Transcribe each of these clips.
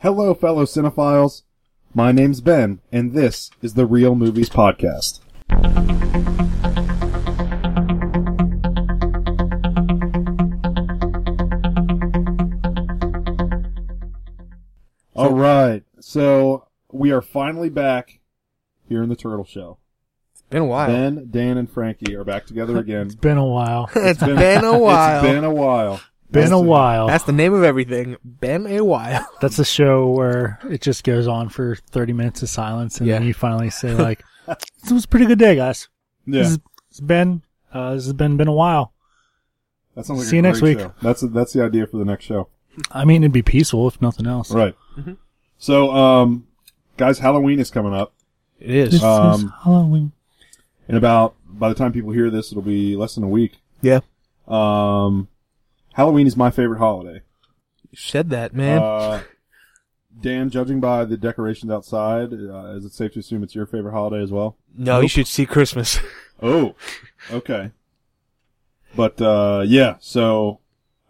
Hello, fellow cinephiles. My name's Ben, and this is the Real Movies Podcast. All right, so we are finally back here in the Turtle Show. Been a while. Ben, Dan, and Frankie are back together again. It's been a while. it's been, a while. It's been a while. Been Nice a to- while. That's the name of everything. Been a while. That's a show where it just goes on for 30 minutes of silence and then Yeah. you finally say like, this was a pretty good day, guys. This, Yeah, is, it's been, uh, this has been, been a while. that sounds like a see you next great week. show. That's that's the idea for the next show. I mean, it'd be peaceful if nothing else. Right. So, um, guys, Halloween is coming up. It is. This is Um, Halloween. In about, by the time people hear this, it'll be less than a week. yeah. Um, Halloween is my favorite holiday. You said that, man. Uh, Dan, judging by the decorations outside, uh, is it safe to assume it's your favorite holiday as well? no, you should see Christmas. Oh, okay. But, uh, yeah, so,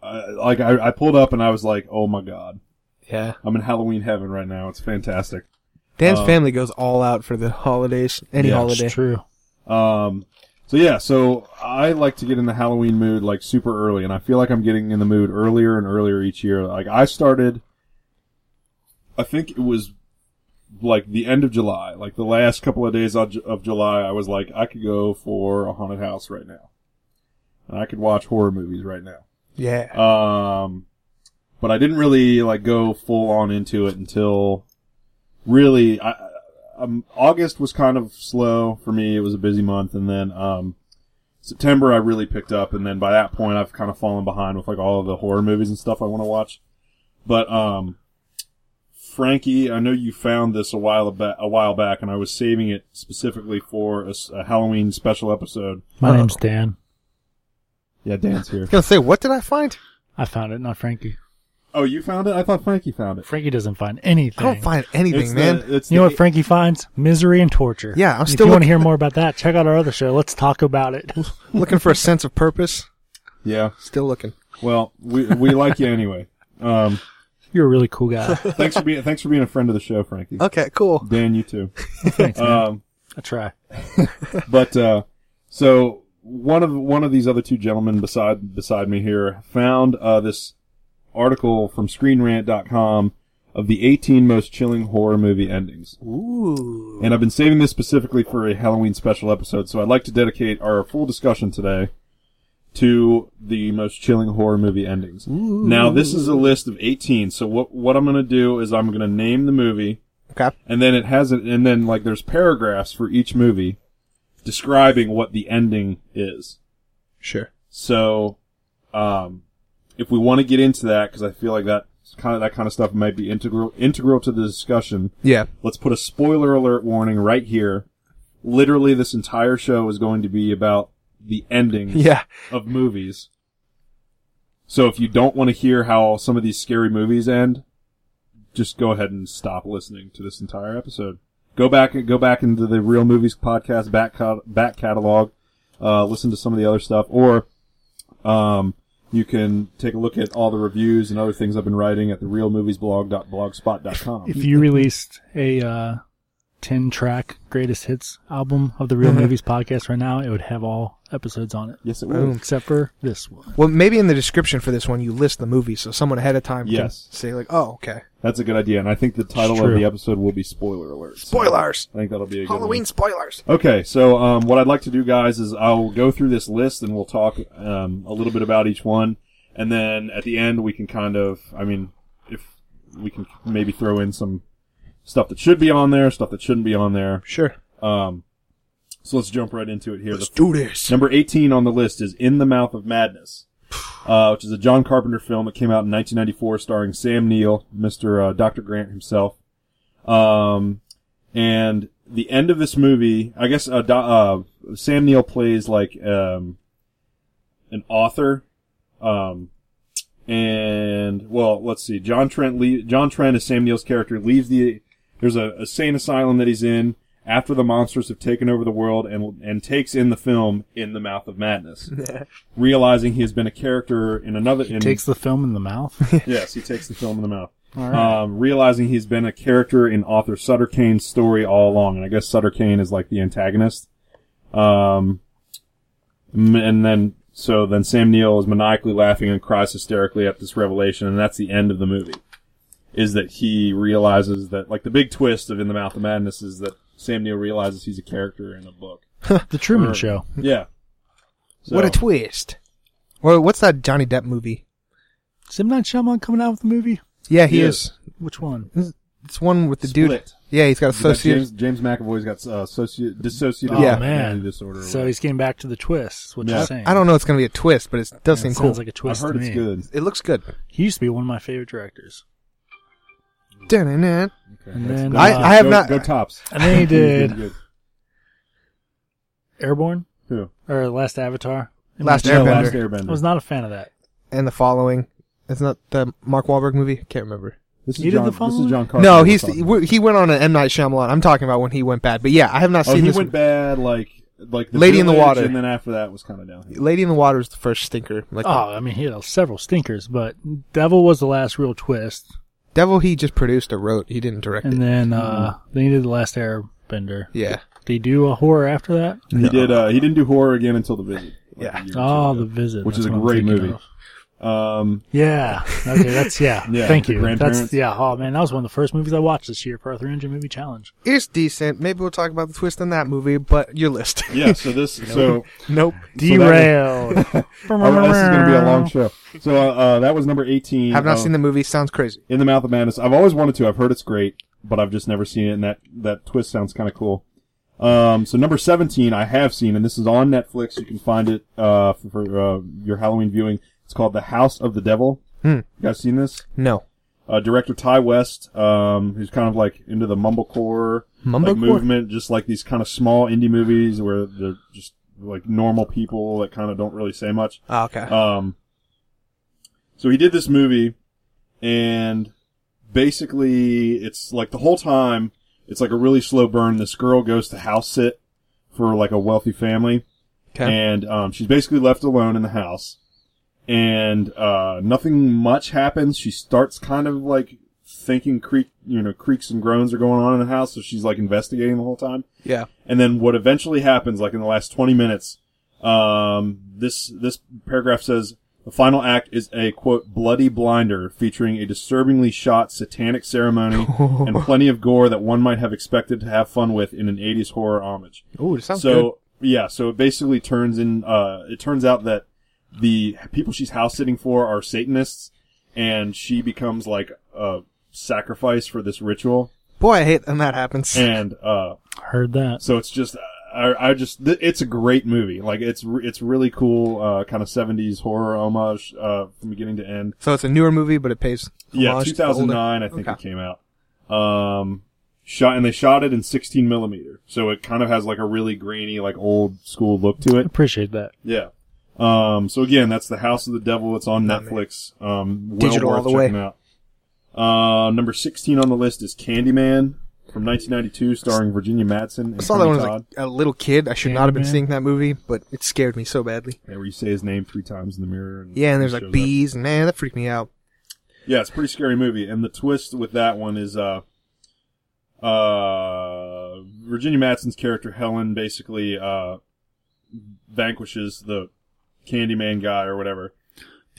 uh, like, I, I pulled up and I was like, oh my god. yeah. I'm in Halloween heaven right now. It's fantastic. Dan's Um, family goes all out for the holidays. Any Yeah, holiday. It's true. Um, so yeah, so I like to get in the Halloween mood like super early, and I feel like I'm getting in the mood earlier and earlier each year. Like I started, I think it was like the end of July, like the last couple of days of, of July, I was like, I could go for a haunted house right now, and I could watch horror movies right now. Yeah. Um, but I didn't really like go full on into it until really, I, I- um, August was kind of slow for me. It was a busy month. And then, um, September I really picked up. And then by that point, I've kind of fallen behind with like all of the horror movies and stuff I want to watch. But, um, Frankie, I know you found this a while back, a while back, and I was saving it specifically for a, s- a Halloween special episode. My Uh-oh. name's Dan. Yeah, Dan's here. I was gonna say, what did I find? I found it, not Frankie. Oh, you found it? I thought Frankie found it. Frankie doesn't find anything. I don't find anything, It's man. The, it's you know the- what Frankie finds? Misery and torture. Yeah, I'm And still If you want to looking- hear more about that, check out our other show. Let's talk about it. looking for a sense of purpose. Yeah. Still looking. Well, we we like you anyway. Um, You're a really cool guy. thanks for being thanks for being a friend of the show, Frankie. Okay, cool. Dan, you too. Thanks, man. Um, I try. but uh, so one of one of these other two gentlemen beside beside me here found uh, this article from ScreenRant.com of the 18 most chilling horror movie endings. Ooh. And I've been saving this specifically for a Halloween special episode, so I'd like to dedicate our full discussion today to the most chilling horror movie endings. Now, this is a list of 18, so what what I'm going to do is I'm going to name the movie Okay. and then it has it and then like there's paragraphs for each movie describing what the ending is. Sure. So um if we want to get into that cuz I feel like that kind of that kind of stuff might be integral integral to the discussion Yeah. let's put a spoiler alert warning right here. Literally, this entire show is going to be about the endings Yeah. of movies. So if you don't want to hear how some of these scary movies end, just go ahead and stop listening to this entire episode. Go back and go back into the Real Movies podcast back cat- back catalog. Uh, listen to some of the other stuff, or um, you can take a look at all the reviews and other things I've been writing at the realmoviesblog.blogspot.com. if you released a uh, 10 track greatest hits album of the real Mm-hmm. movies podcast right now it would have all episodes on it yes, it will. Boom. except for this one Well, maybe in the description for this one, you list the movie, so someone ahead of time Yes. can say like, "Oh, okay, That's a good idea, and I think the title of true. the episode will be spoiler alert. So spoilers, I think that'll be a good Halloween one. spoilers." Okay, so um, what I'd like to do, guys, is I'll go through this list and we'll talk um, a little bit about each one, and then at the end we can kind of, I mean, if we can maybe throw in some stuff that should be on there, stuff that shouldn't be on there. Sure. Um, so let's jump right into it here. The Let's do this. Number 18 on the list is In the Mouth of Madness, uh, which is a John Carpenter film that came out in 1994 starring Sam Neill, Mr. Uh, Dr. Grant himself. Um, and the end of this movie, I guess uh, Do- uh, Sam Neill plays like um, an author. Um, and well, let's see. John Trent, le- John Trent is Sam Neill's character. Leaves the there's a, a sane asylum that he's in after the monsters have taken over the world, and and takes in the film in the mouth of madness, realizing he has been a character in another. In, takes the film in the mouth yes, he takes the film in the mouth. All right. um, realizing he's been a character in author Sutter Kane's story all along, and I guess Sutter Kane is like the antagonist. Um, m- and then so then Sam Neill is maniacally laughing and cries hysterically at this revelation, and that's the end of the movie. Is that he realizes that like the big twist of In the Mouth of Madness is that Sam Neill realizes he's a character in a book. the Truman or- Show. Yeah. So, What a twist! Or what's that Johnny Depp movie? Is M. Night Shyamalan coming out with a movie? Yeah, he, He is. Which one? It's one with the dude. Split. Yeah, he's got Is that associated. James, James McAvoy's got uh, associ- dissociative Oh, Yeah. identity man. disorder. or So whatever. he's getting back to the twist, is what Yeah. you're saying. I don't know. It's gonna be a twist, but it does It seem sounds cool. like a I've twist heard to it's me. good. it looks good. He used to be one of my favorite directors. Dun-dun-dun. Okay. And then, I- uh, I have go, not- Go tops. And then he Good, did good. Airborne Who? or Last Avatar. M. Last Night Shyamalan. Airbender. Last I Airbender. was not a fan of that. And the following. It's not the Mark Wahlberg movie. I can't remember. This is He did John. the this following? is John Carpenter. No, we're he's talking about. we- he went on an M Night Shyamalan. I'm talking about when he went bad. But yeah, I have not Oh, seen he this. went bad like like the Lady in the Village, Water. and then after that was kind of downhill. Lady in the Water is the first stinker. Like Oh, I mean, he had several stinkers, but Devil was the last real twist. Devil, he just produced or wrote. He didn't direct And it. then uh, they did The Last Airbender. Yeah, They do a horror after that? He did. Uh, he didn't do horror again until the visit. like, Yeah. a year or Oh, two The ago. Visit. Which is that's a what I'm great thinking movie. of. Um, Yeah. Okay, that's, yeah. Yeah, Thank The you. That's, Grandparents. yeah. Oh, man, that was one of the first movies I watched this year for our 300 movie challenge. it's decent. Maybe we'll talk about the twist in that movie. But your list. yeah. So this. so nope. Derailed. all right, Oh, this is going to be a long show. So uh, uh, that was number eighteen. Have not of seen the movie. Sounds crazy. In the Mouth of Madness. I've always wanted to. I've heard it's great, but I've just never seen it. And that that twist sounds kind of cool. Um, so number seventeen, I have seen, and this is on Netflix. You can find it uh, for, for uh, your Halloween viewing. It's called The House of the Devil. Hmm. You guys seen this? No. Uh, director Ty West, um, who's kind of like into the mumblecore, Mumblecore? like movement, just like these kind of small indie movies where they're just like normal people that kind of don't really say much. Oh, okay. Um, so he did this movie, and basically, it's like the whole time, it's like a really slow burn. This girl goes to house sit for like a wealthy family, okay. and um, she's basically left alone in the house, and uh, nothing much happens. She starts kind of like thinking creak, you know, creaks and groans are going on in the house, so she's like investigating the whole time. yeah. And then what eventually happens, like in the last 20 minutes, um, this, this paragraph says, the final act is a quote, bloody blinder featuring a disturbingly shot satanic ceremony and plenty of gore that one might have expected to have fun with in an 80s horror homage. Ooh, it sounds good. so, yeah, so it basically turns in, uh, it turns out that the people she's house sitting for are Satanists and she becomes like a sacrifice for this ritual. Boy, I hate when that happens. And, uh, Heard that. so it's just, I, I just, th- it's a great movie. Like it's, re- it's really cool, uh, kind of seventies horror homage, uh, from beginning to end. so it's a newer movie, but it pays. Yeah, homage to two the older- thousand nine, I think it Okay. came out. Um, shot and they shot it in sixteen millimeter, so it kind of has like a really grainy, like old school look to it. Appreciate that. Yeah. Um, so again, that's the House of the Devil. It's on Not me. Netflix. Um, well Digital worth all the way. checking out. Uh, number sixteen on the list is Candyman from 1992, starring Virginia Madsen. And I saw that Tony when I was Todd. like, a little kid. I should not have been Candyman. seeing that movie, but it scared me so badly. Yeah, where you say his name three times in the mirror. And Yeah, and he there's shows like up. bees, and man, that freaked me out. Yeah, it's a pretty scary movie. And the twist with that one is, uh, uh, Virginia Madsen's character Helen basically, uh, vanquishes the Candyman guy or whatever.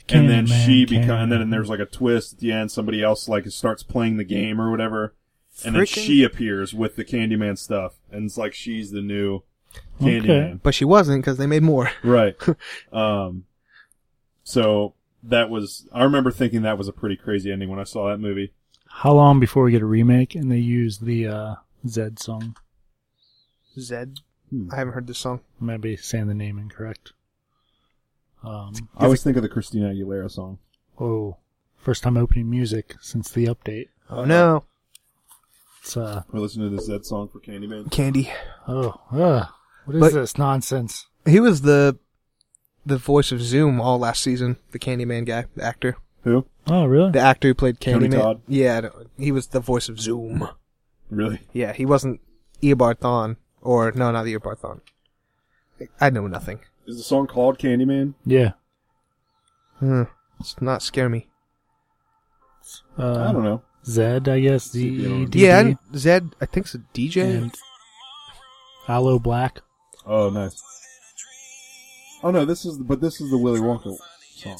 and then Candyman, she become, and Candyman. then there's like a twist at the end. Somebody else like starts playing the game or whatever. And then Freaking- she appears with the Candyman stuff. And it's like she's the new Okay. Candyman. But she wasn't because they made more. Right. um, so that was, I remember thinking that was a pretty crazy ending when I saw that movie. How long before we get a remake and they use the uh, Zed song? Zed. Hmm. I haven't heard this song. I might be saying the name incorrect. Um, I always think of the Christina Aguilera song. oh, first time opening music since the update. Oh no, It's uh We listened to the Zed song for Candyman. Candy. oh uh, what is But- this nonsense? He was the the voice of Zoom all last season. The Candyman guy, the actor, Who? Oh really? the actor who played Tony Candyman. Todd. Yeah, I don't- he was the voice of Zoom. Really? Yeah, he wasn't Eobard Thawne, or no, not Eobard Thawne. I know nothing. Is the song called Candyman? yeah. Hmm. It's not scare me. It's uh, I don't know. Zed, I guess. Z See if you E don't- D. Yeah, and Zed, I think's a DJ. and Aloe Black. Oh, nice. Oh no, this is but this is the Willy Wonka song.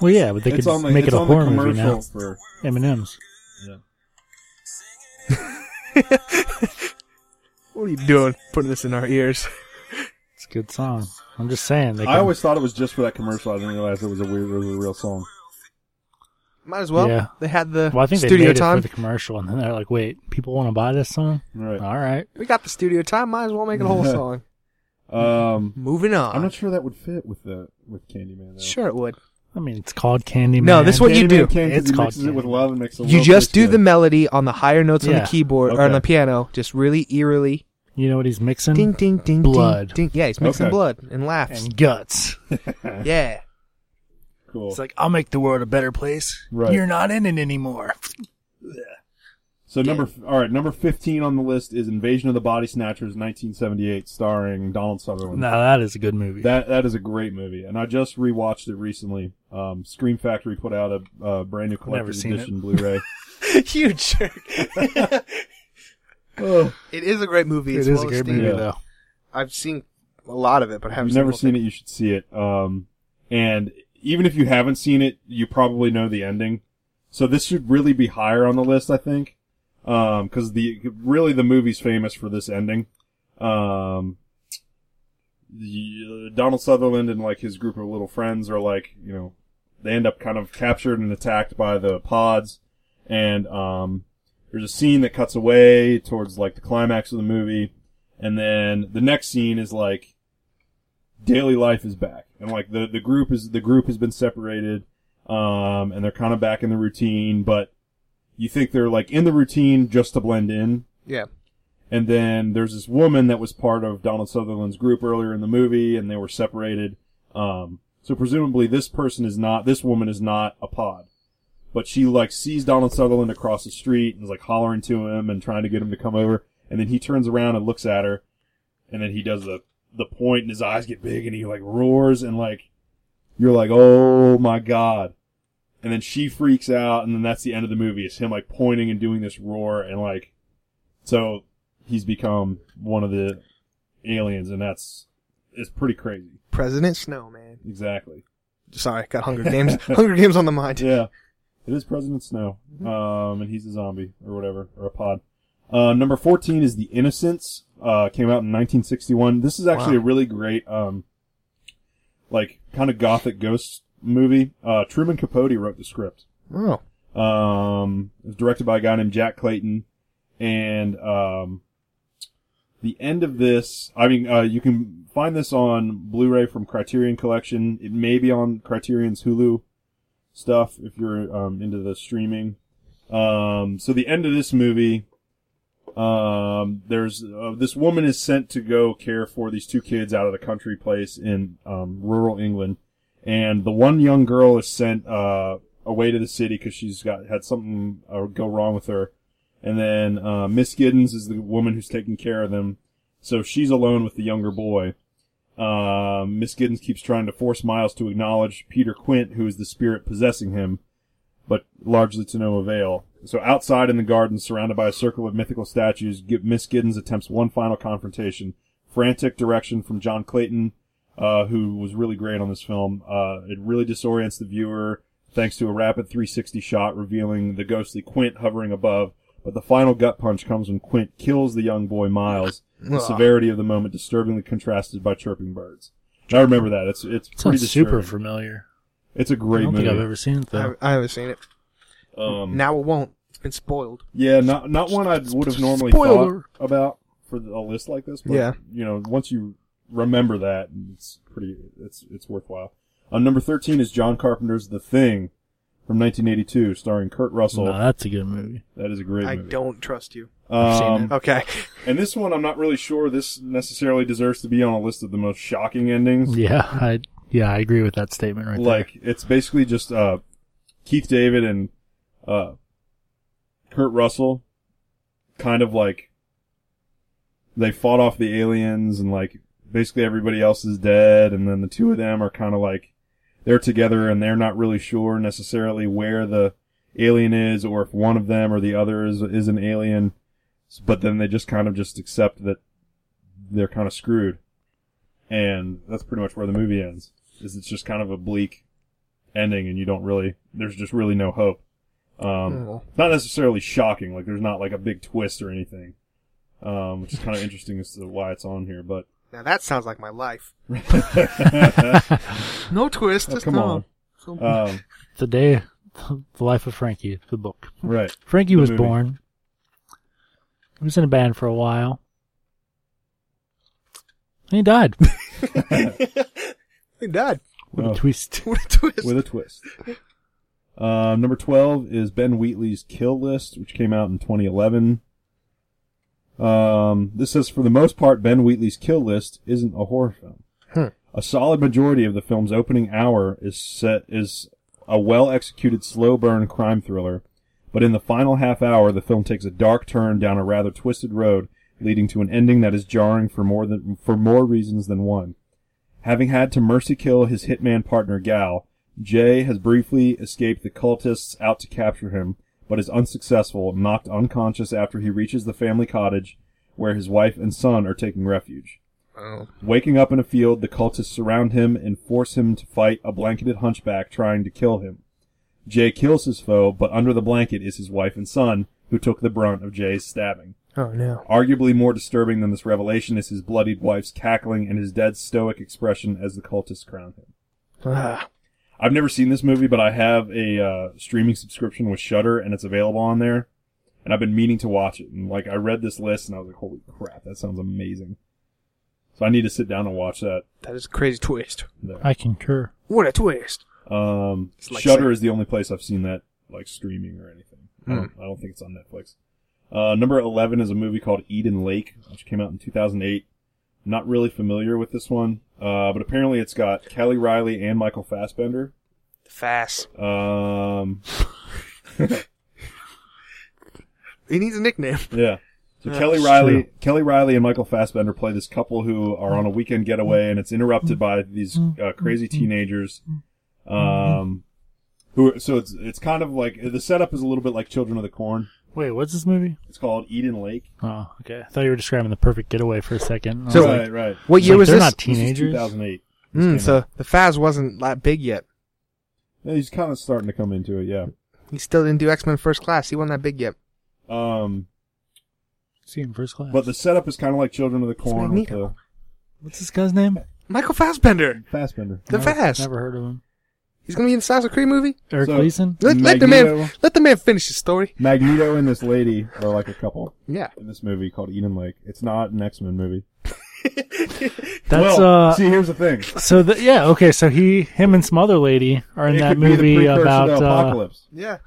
Well, yeah, but they could it's on the, make it's it a on the horror commercial movie now. for. M and M's. Yeah. What are you doing? Putting this in our ears. It's a good song. I'm just saying. They I could- always thought it was just for that commercial. I didn't realize it was a weird, it was a real song. Might as well. Yeah. They had the Well, I think they studio made time. it for the commercial, and then they're like, "Wait, people want to buy this song? Right. All right, We got the studio time. Might as well make it a whole song. Uh, Um, Moving on. I'm not sure that would fit with the with Candyman. Though. Sure it would. I mean, it's called Candyman. No, this what you Candyman do. Can, 'cause It's he called mixes it with Candyman. love and makes a You little just taste do good. the melody on the higher notes on Yeah. the keyboard or on Okay. the piano, just really eerily. You know what he's mixing? Ding, ding, ding, Blood. Ding, ding. Yeah, he's mixing Okay. blood and laughs. And guts. yeah. cool. It's like I'll make the world a better place. Right. You're not in it anymore. So number f- all right, number fifteen on the list is Invasion of the Body Snatchers, 1978, starring Donald Sutherland. Now that is a good movie. That that is a great movie, and I just rewatched it recently. Um, Scream Factory put out a uh, brand new Never collector's seen edition Blu-ray. you jerk. oh, it is a great movie. it It's is well a great esteemed. movie Yeah. though. I've seen a lot of it, but I if haven't you've never seen seen the it, you should see it. Um, and even if you haven't seen it, you probably know the ending. So this should really be higher on the list, I think, because the really the movie's famous for this ending. Um, the- Donald Sutherland and like his group of little friends are like, you know, they end up kind of captured and attacked by the pods, and um, there's a scene that cuts away towards like the climax of the movie, and then the next scene is like daily life is back and like the the group is the group has been separated um and they're kind of back in the routine but you think they're like in the routine just to blend in Yeah. and then there's this woman that was part of Donald Sutherland's group earlier in the movie and they were separated um so presumably this person is not this woman is not a pod but she like sees Donald Sutherland across the street and is like hollering to him and trying to get him to come over and then he turns around and looks at her and then he does the the point and his eyes get big and he like roars and like you're like oh my god and then she freaks out and then that's the end of the movie it's him like pointing and doing this roar and like so he's become one of the aliens and that's it's pretty crazy President Snow, man. exactly Sorry, got Hunger Games. Hunger Games on the mind. yeah it is president snow um and he's a zombie or whatever or a pod uh, number 14 is the innocents uh came out in 1961 this is actually Wow. a really great um like kind of gothic ghost movie uh truman capote wrote the script Oh, um, it was directed by a guy named Jack Clayton, and um, the end of this, I mean, uh, you can find this on Blu-ray from Criterion Collection. It may be on Criterion's Hulu stuff if you're um, into the streaming. Um, so the end of this movie, um, there's uh, this woman is sent to go care for these two kids out of the country place in um, rural England, and the one young girl is sent uh, away to the city because she's got had something uh, go wrong with her, and then uh, Miss Giddens is the woman who's taking care of them, so she's alone with the younger boy. Uh, Miss Giddens keeps trying to force Miles to acknowledge Peter Quint, who is the spirit possessing him, but largely to no avail. So outside in the garden, surrounded by a circle of mythical statues, Gi- Miss Giddens attempts one final confrontation. Frantic direction from John Clayton, uh, who was really great on this film. Uh, it really disorients the viewer thanks to a rapid 360 shot revealing the ghostly Quint hovering above. But the final gut punch comes when Quint kills the young boy Miles. The Ugh. severity of the moment disturbingly contrasted by chirping birds. I remember that. It's it's It pretty sounds super disturbing. familiar. It's a I great don't movie. think I've ever seen it I, though. I haven't seen it. um, Now it won't. It's been spoiled. Yeah, not not one I would have normally Spoiler. thought about for the- a list like this. But, Yeah. you know, once you remember that, it's pretty, it's it's worthwhile. Uh, number thirteen is John Carpenter's The Thing from 1982, starring Kurt Russell. no, that's a good movie. That is a great I movie. don't trust you. seen Um, Okay. and this one, I'm not really sure this necessarily deserves to be on a list of the most shocking endings. Yeah, I yeah I agree with that statement right like it's basically just uh, Keith David and uh, Kurt Russell, kind of like they fought off the aliens and like basically everybody else is dead, and then the two of them are kind of like they're together and they're not really sure necessarily where the alien is, or if one of them or the other is is an alien. S- But then they just kind of just accept that they're kind of screwed, and that's pretty much where the movie ends. Is it's just kind of a bleak ending, and you don't really there's just really no hope. Um, Oh. Not necessarily shocking, like there's not like a big twist or anything, um, which is kind of interesting as to why it's on here, but. Now that sounds like my life. No twist. Oh, just come no. on. So- um, The day, the life of Frankie, the book. right. Frankie The was movie. born. He was in a band for a while. And he died. he died. What Oh. a twist. What a twist. with a twist. Uh, number 12 is Ben Wheatley's Kill List, which came out in 2011. Um, this says, for the most part, Ben Wheatley's Kill List isn't a horror film. Huh. A solid majority of the film's opening hour is set is a well-executed slow burn crime thriller, but in the final half hour, the film takes a dark turn down a rather twisted road, leading to an ending that is jarring for more than for more reasons than one. Having had to mercy kill his hitman partner Gal, Jay has briefly escaped the cultists out to capture him, but is unsuccessful, knocked unconscious after he reaches the family cottage where his wife and son are taking refuge. Oh. Waking up in a field, the cultists surround him and force him to fight a blanketed hunchback trying to kill him. Jay kills his foe, but under the blanket is his wife and son, who took the brunt of Jay's stabbing. oh no. Arguably more disturbing than this revelation is his bloodied wife's cackling and his dead stoic expression as the cultists crown him. Ah. I've never seen this movie, but I have a uh, streaming subscription with Shudder, and it's available on there. And I've been meaning to watch it. And like, I read this list, and I was like, "Holy crap, that sounds amazing!" So I need to sit down and watch that. That is a crazy twist. There. I concur. What a twist. Um, It's like Shudder sa- is the only place I've seen that like streaming or anything. I, Hmm. don't, I don't think it's on Netflix. Uh, number eleven is a movie called Eden Lake, which came out in two thousand eight. Not really familiar with this one, uh, but apparently it's got Kelly Riley and Michael Fassbender. Fast. Um, He needs a nickname. Yeah. So Yeah, Kelly it's Riley, true. Kelly Riley and Michael Fassbender play this couple who are on a weekend getaway, and it's interrupted by these uh, crazy teenagers. Um, who so it's it's kind of like the setup is a little bit like Children of the Corn. Wait, what's this movie? It's called Eden Lake. Oh, okay. I thought you were describing the perfect getaway for a second. I So- was right, like, right. What year like, was Oh. they're this? not Two teenagers. thousand eight. Mm, so the Faz wasn't that big yet. He's kind of starting to come into it. Yeah. He still didn't do X Men First Class. He wasn't that big yet. Um, See him first class. but the setup is kind of like Children of the Corn with the Magneto. what's this guy's name? Michael Fassbender. Fassbender. The never, Fast. Never heard of him. He's gonna be in the Assassin's Creed movie. Eric So- Gleason. Let, let the man. Magneto. Let the man finish his story. Magneto and this lady are like a couple Yeah. in this movie called Eden Lake. It's not an X Men movie. That's well, uh. see, here's the thing. So the, yeah, okay. So he, him, and some other lady are in It that could be the movie precursor about to uh, apocalypse. Yeah.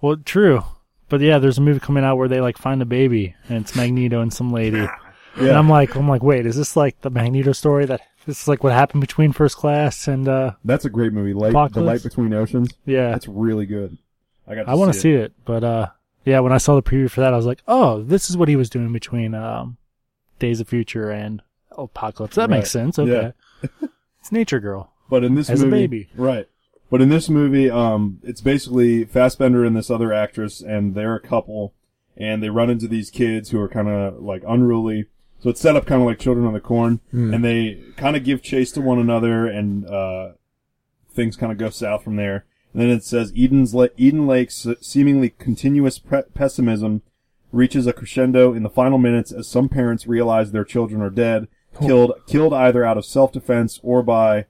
Well, true. But yeah, there's a movie coming out where they like find a baby and it's Magneto and some lady. And yeah, I'm like, I'm like, wait, is this like the Magneto story that this is like what happened between First Class and uh that's a great movie. Light, the Apocalypse. light between oceans. yeah. That's really good. I got. I want to see it, but uh yeah, when I saw the preview for that, I was like, oh, this is what he was doing between um Days of Future and Apocalypse. That makes Right. sense. Okay. Yeah. it's Nature Girl. But in this As a movie, baby. right? But in this movie, um, it's basically Fassbender and this other actress, and they're a couple, and they run into these kids who are kind of like unruly. So it's set up kind of like Children of the Corn, Hmm. and they kind of give chase to one another, and uh, things kind of go south from there. And then it says Eden's La- Eden Lake's seemingly continuous pre- pessimism reaches a crescendo in the final minutes as some parents realize their children are dead, killed killed either out of self-defense or by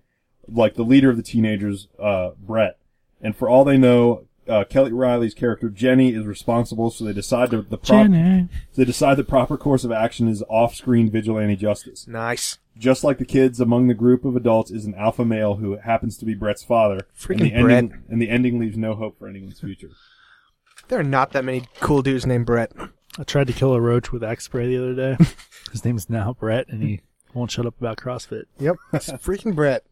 like the leader of the teenagers, uh, Brett. And for all they know, uh, Kelly Riley's character Jenny is responsible, so they decide to the prop- Jenny. they decide the proper course of action is off-screen vigilante justice. Nice. Just like the kids among the group of adults is an alpha male who happens to be Brett's father. and Freaking the Brett. ending and the ending leaves no hope for anyone's future. There are not that many cool dudes named Brett. I tried to kill a roach with X spray the other day. His name's now Brett, and he won't shut up about CrossFit. Yep. It's freaking Brett.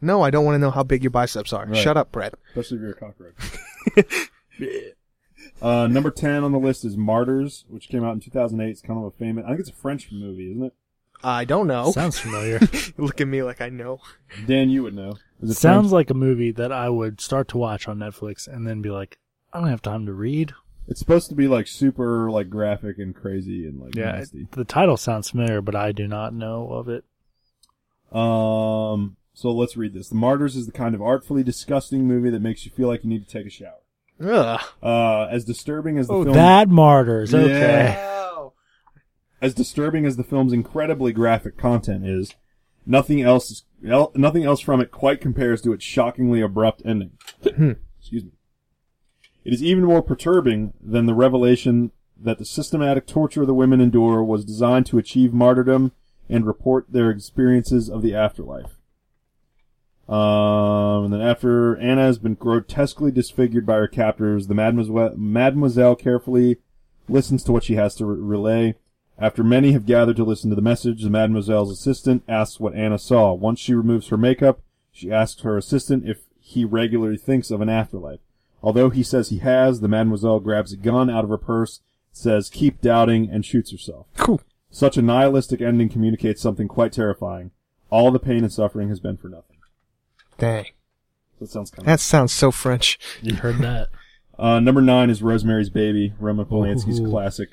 No, I don't want to know how big your biceps are. Right. Shut up, Brett. Especially if you're a cockroach. uh, number 10 on the list is Martyrs, which came out in 2008. It's kind of a famous, I think it's a French movie, isn't it? I don't Oh. know. Sounds familiar. Look at me like I know. Dan, you would know. Is it Sounds like a movie that I would start to watch on Netflix and then be like, I don't have time to read. It's supposed to be like super like graphic and crazy and like Yeah, nasty. it- the title sounds familiar, but I do not know of it. Um, so let's read this. The Martyrs is the kind of artfully disgusting movie that makes you feel like you need to take a shower. Ugh. Uh, as disturbing as the Oh, film, that martyrs. Yeah. Okay. Hmm. as disturbing as the film's incredibly graphic content is, nothing else is, el- nothing else from it quite compares to its shockingly abrupt ending. Excuse me. It is even more perturbing than the revelation that the systematic torture the women endure was designed to achieve martyrdom and report their experiences of the afterlife. Um, and then after Anna has been grotesquely disfigured by her captors, the mademoiselle, mademoiselle carefully listens to what she has to re- relay. After many have gathered to listen to the message, the mademoiselle's assistant asks what Anna saw. Once she removes her makeup, she asks her assistant if he regularly thinks of an afterlife. Although he says he has, the mademoiselle grabs a gun out of her purse, says, keep doubting, and shoots herself. Cool. Such a nihilistic ending communicates something quite terrifying. All the pain and suffering has been for nothing. Dang. That sounds kind of. That sounds so French. You heard that. Uh, number nine is Rosemary's Baby, Roman Polanski's Ooh. classic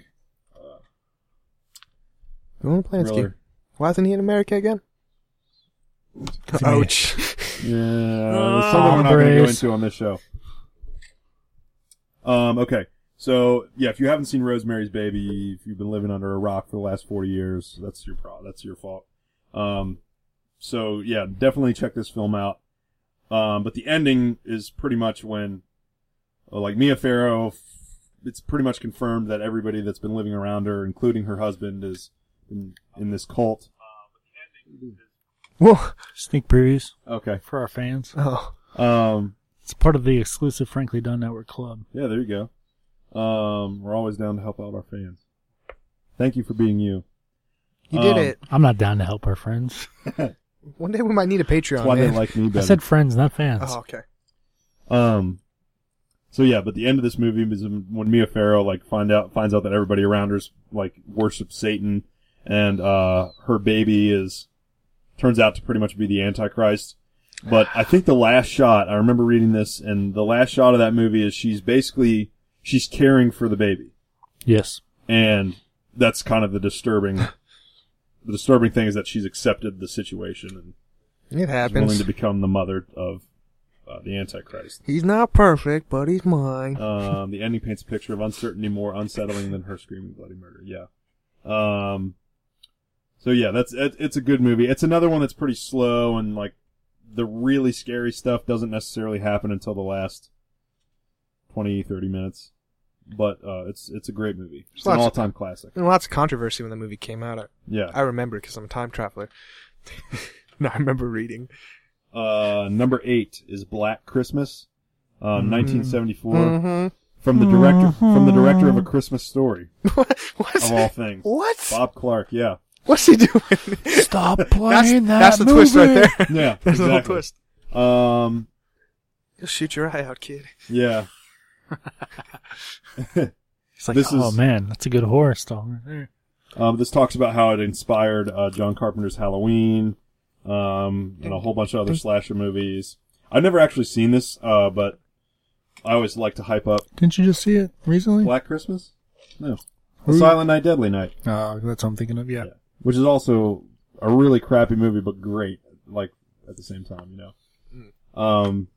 Roman Polanski. thriller. Why isn't he in America again? It's me. Ouch. Yeah, there's something we're not going to go Hombres. into on this show. Um, okay. So yeah, if you haven't seen Rosemary's Baby, if you've been living under a rock for the last forty years, that's your pro- that's your fault. Um, so yeah, definitely check this film out. Um, but the ending is pretty much when, uh, like Mia Farrow, f- it's pretty much confirmed that everybody that's been living around her, including her husband, is in, in this cult. Whoa. Sneak previews Okay. for our fans. Oh. Um, It's part of the exclusive Frankly Done Network Club. Yeah, there you go. Um, we're always down to help out our fans. Thank you for being you. You did Um, it. I'm not down to help our friends. One day we might need a Patreon. That's why they man. like me I better. said friends, not fans. oh, okay. um, so yeah, but the end of this movie is when Mia Farrow like find out finds out that everybody around her's like worships Satan, and uh, her baby is turns out to pretty much be the Antichrist. But I think the last shot I remember reading this, and the last shot of that movie is she's basically she's caring for the baby. Yes. and that's kind of the disturbing the disturbing thing is that she's accepted the situation and It is willing happens. to become the mother of uh, the antichrist He's not perfect, but he's mine. um, the ending paints a picture of uncertainty more unsettling than her screaming bloody murder yeah um, so yeah that's it, it's a good movie it's another one that's pretty slow and like the really scary stuff doesn't necessarily happen until the last 20 30 minutes but uh, it's it's a great movie it's an Lots of- all-time classic And lots of controversy when the movie came out. I, yeah I remember because I'm a time traveler. no, I remember reading. Uh, number eight is Black Christmas, uh, 1974, Mm-hmm. from the director from the director of A Christmas Story, What? What's of all things, What? Bob Clark. Yeah, What's he doing? Stop that's playing that that's the twist right there. yeah, That's the whole exactly. twist. Um, You'll shoot your eye out, kid. yeah, It's like, This oh is- man, that's a good horror song right there. um, this talks about how it inspired uh, John Carpenter's Halloween, um, and a whole bunch of other slasher movies. I've never actually seen this, uh, but I always like to hype up Didn't you just see it recently? Black Christmas. No, Who- Silent Night, Deadly Night. Oh, that's what I'm thinking of. Yeah. Yeah. which is also a really crappy movie, but great, like at the same time, you know. Mm. Um,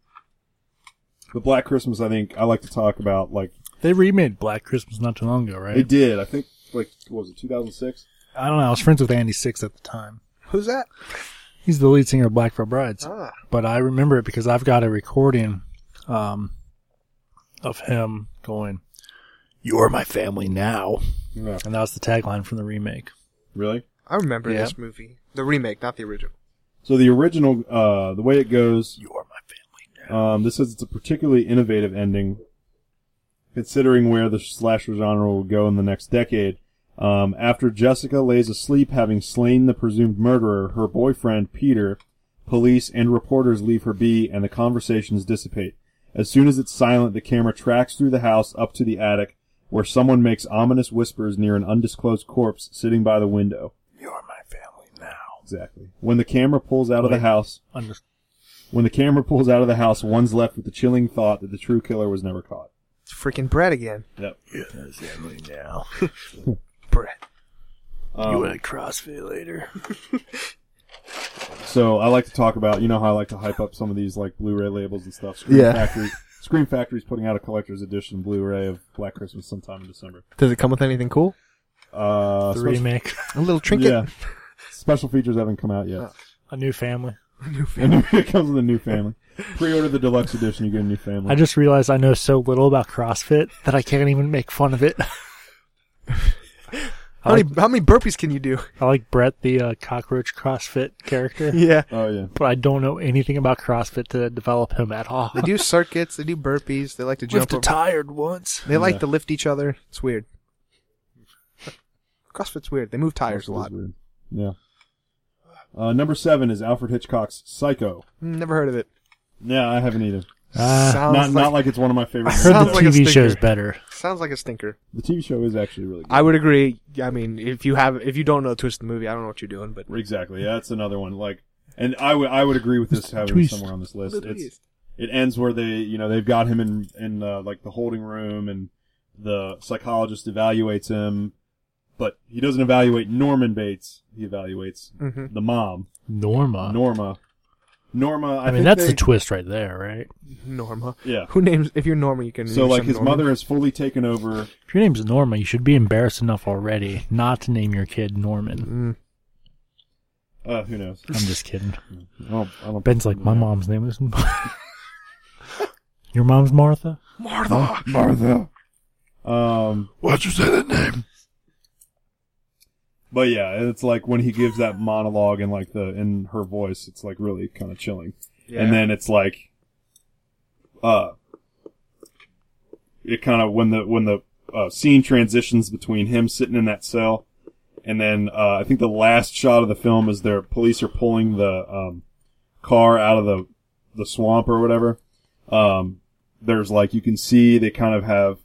but Black Christmas, I think I like to talk about. Like They remade Black Christmas not too long ago, they right? did, I think, like what was it, two thousand six? I don't know. I was friends with Andy Six at the time. Who's that? He's the lead singer of Black Veil Brides. Ah. But I remember it because I've got a recording um, of him going, You're my family now. Yeah. And that was the tagline from the remake. Really? I remember Yeah. this movie. The remake, not the original. So the original, uh, the way it goes, You're my family um, this says it's a particularly innovative ending, considering where the slasher genre will go in the next decade. Um, after Jessica lays asleep, having slain the presumed murderer, her boyfriend Peter, police, and reporters leave her be, and the conversations dissipate. As soon as it's silent, the camera tracks through the house up to the attic, where someone makes ominous whispers near an undisclosed corpse sitting by the window. now. You're my family now. Exactly. When the camera pulls out of the Wait. house, Under- when the camera pulls out of the house, one's left with the chilling thought that the true killer was never caught. It's freaking Brett again. Yep. How's that going now? Brett. Um, you want to CrossFit later? So I like to talk about, you know how I like to hype up some of these like Blu-ray labels and stuff. Screen Yeah. Factory, Screen Factory's putting out a collector's edition Blu-ray of Black Christmas sometime in December. Does it come with anything cool? Uh, the special, remake, A little trinket. yeah, special features haven't come out yet. Oh. a new family. and it comes with a new family. Pre-order the deluxe edition, you get a new family. I just realized I know so little about CrossFit that I can't even make fun of it. How many how many burpees can you do? I like Brett, the uh, cockroach CrossFit character, Yeah. oh yeah. but I don't know anything about CrossFit to develop him at all. They do circuits. They do burpees. They like to jump. Lift a Over. tired once. they like Yeah. to lift each other. It's weird. CrossFit's weird. They move Most tires a of lot. it's weird. Yeah. Uh, number seven is Alfred Hitchcock's Psycho. Mm, Never heard of it. Yeah, I haven't either. Uh, sounds not like, not like it's one of my favorite. I heard Sounds the movies. like a TV show's stinker. better. sounds like a stinker. the TV show is actually really good. I would agree. I mean, if you have if you don't know Twist the movie, I don't know what you're doing, but Exactly. Yeah, that's another one. Like, and I would I would agree with this having Twist. somewhere on this list. Little It's twist. it ends where they you know they've got him in in uh, like the holding room and the psychologist evaluates him, but he doesn't evaluate Norman Bates. He evaluates Mm-hmm. Mhm. the mom, Norma. Norma. Norma. I, I, mean, think that's they- the twist right there, right? Norma. Yeah. Who names if you're Norma, you can So name like some his Norma. mother has fully taken over. If your name's Norma, you should be embarrassed enough already not to name your kid Norman. Mm. Uh, who knows? I'm just kidding. I don't, I don't Ben's like, my mom's name is. your mom's Martha? Martha, Martha. Um, why'd you say that name? But yeah, it's like when he gives that monologue in like the in her voice, it's like really kind of chilling. And then it's like, uh, it kind of when the when the uh, scene transitions between him sitting in that cell, and then uh, I think the last shot of the film is their police are pulling the um, car out of the the swamp or whatever. Um, there's like you can see they kind of have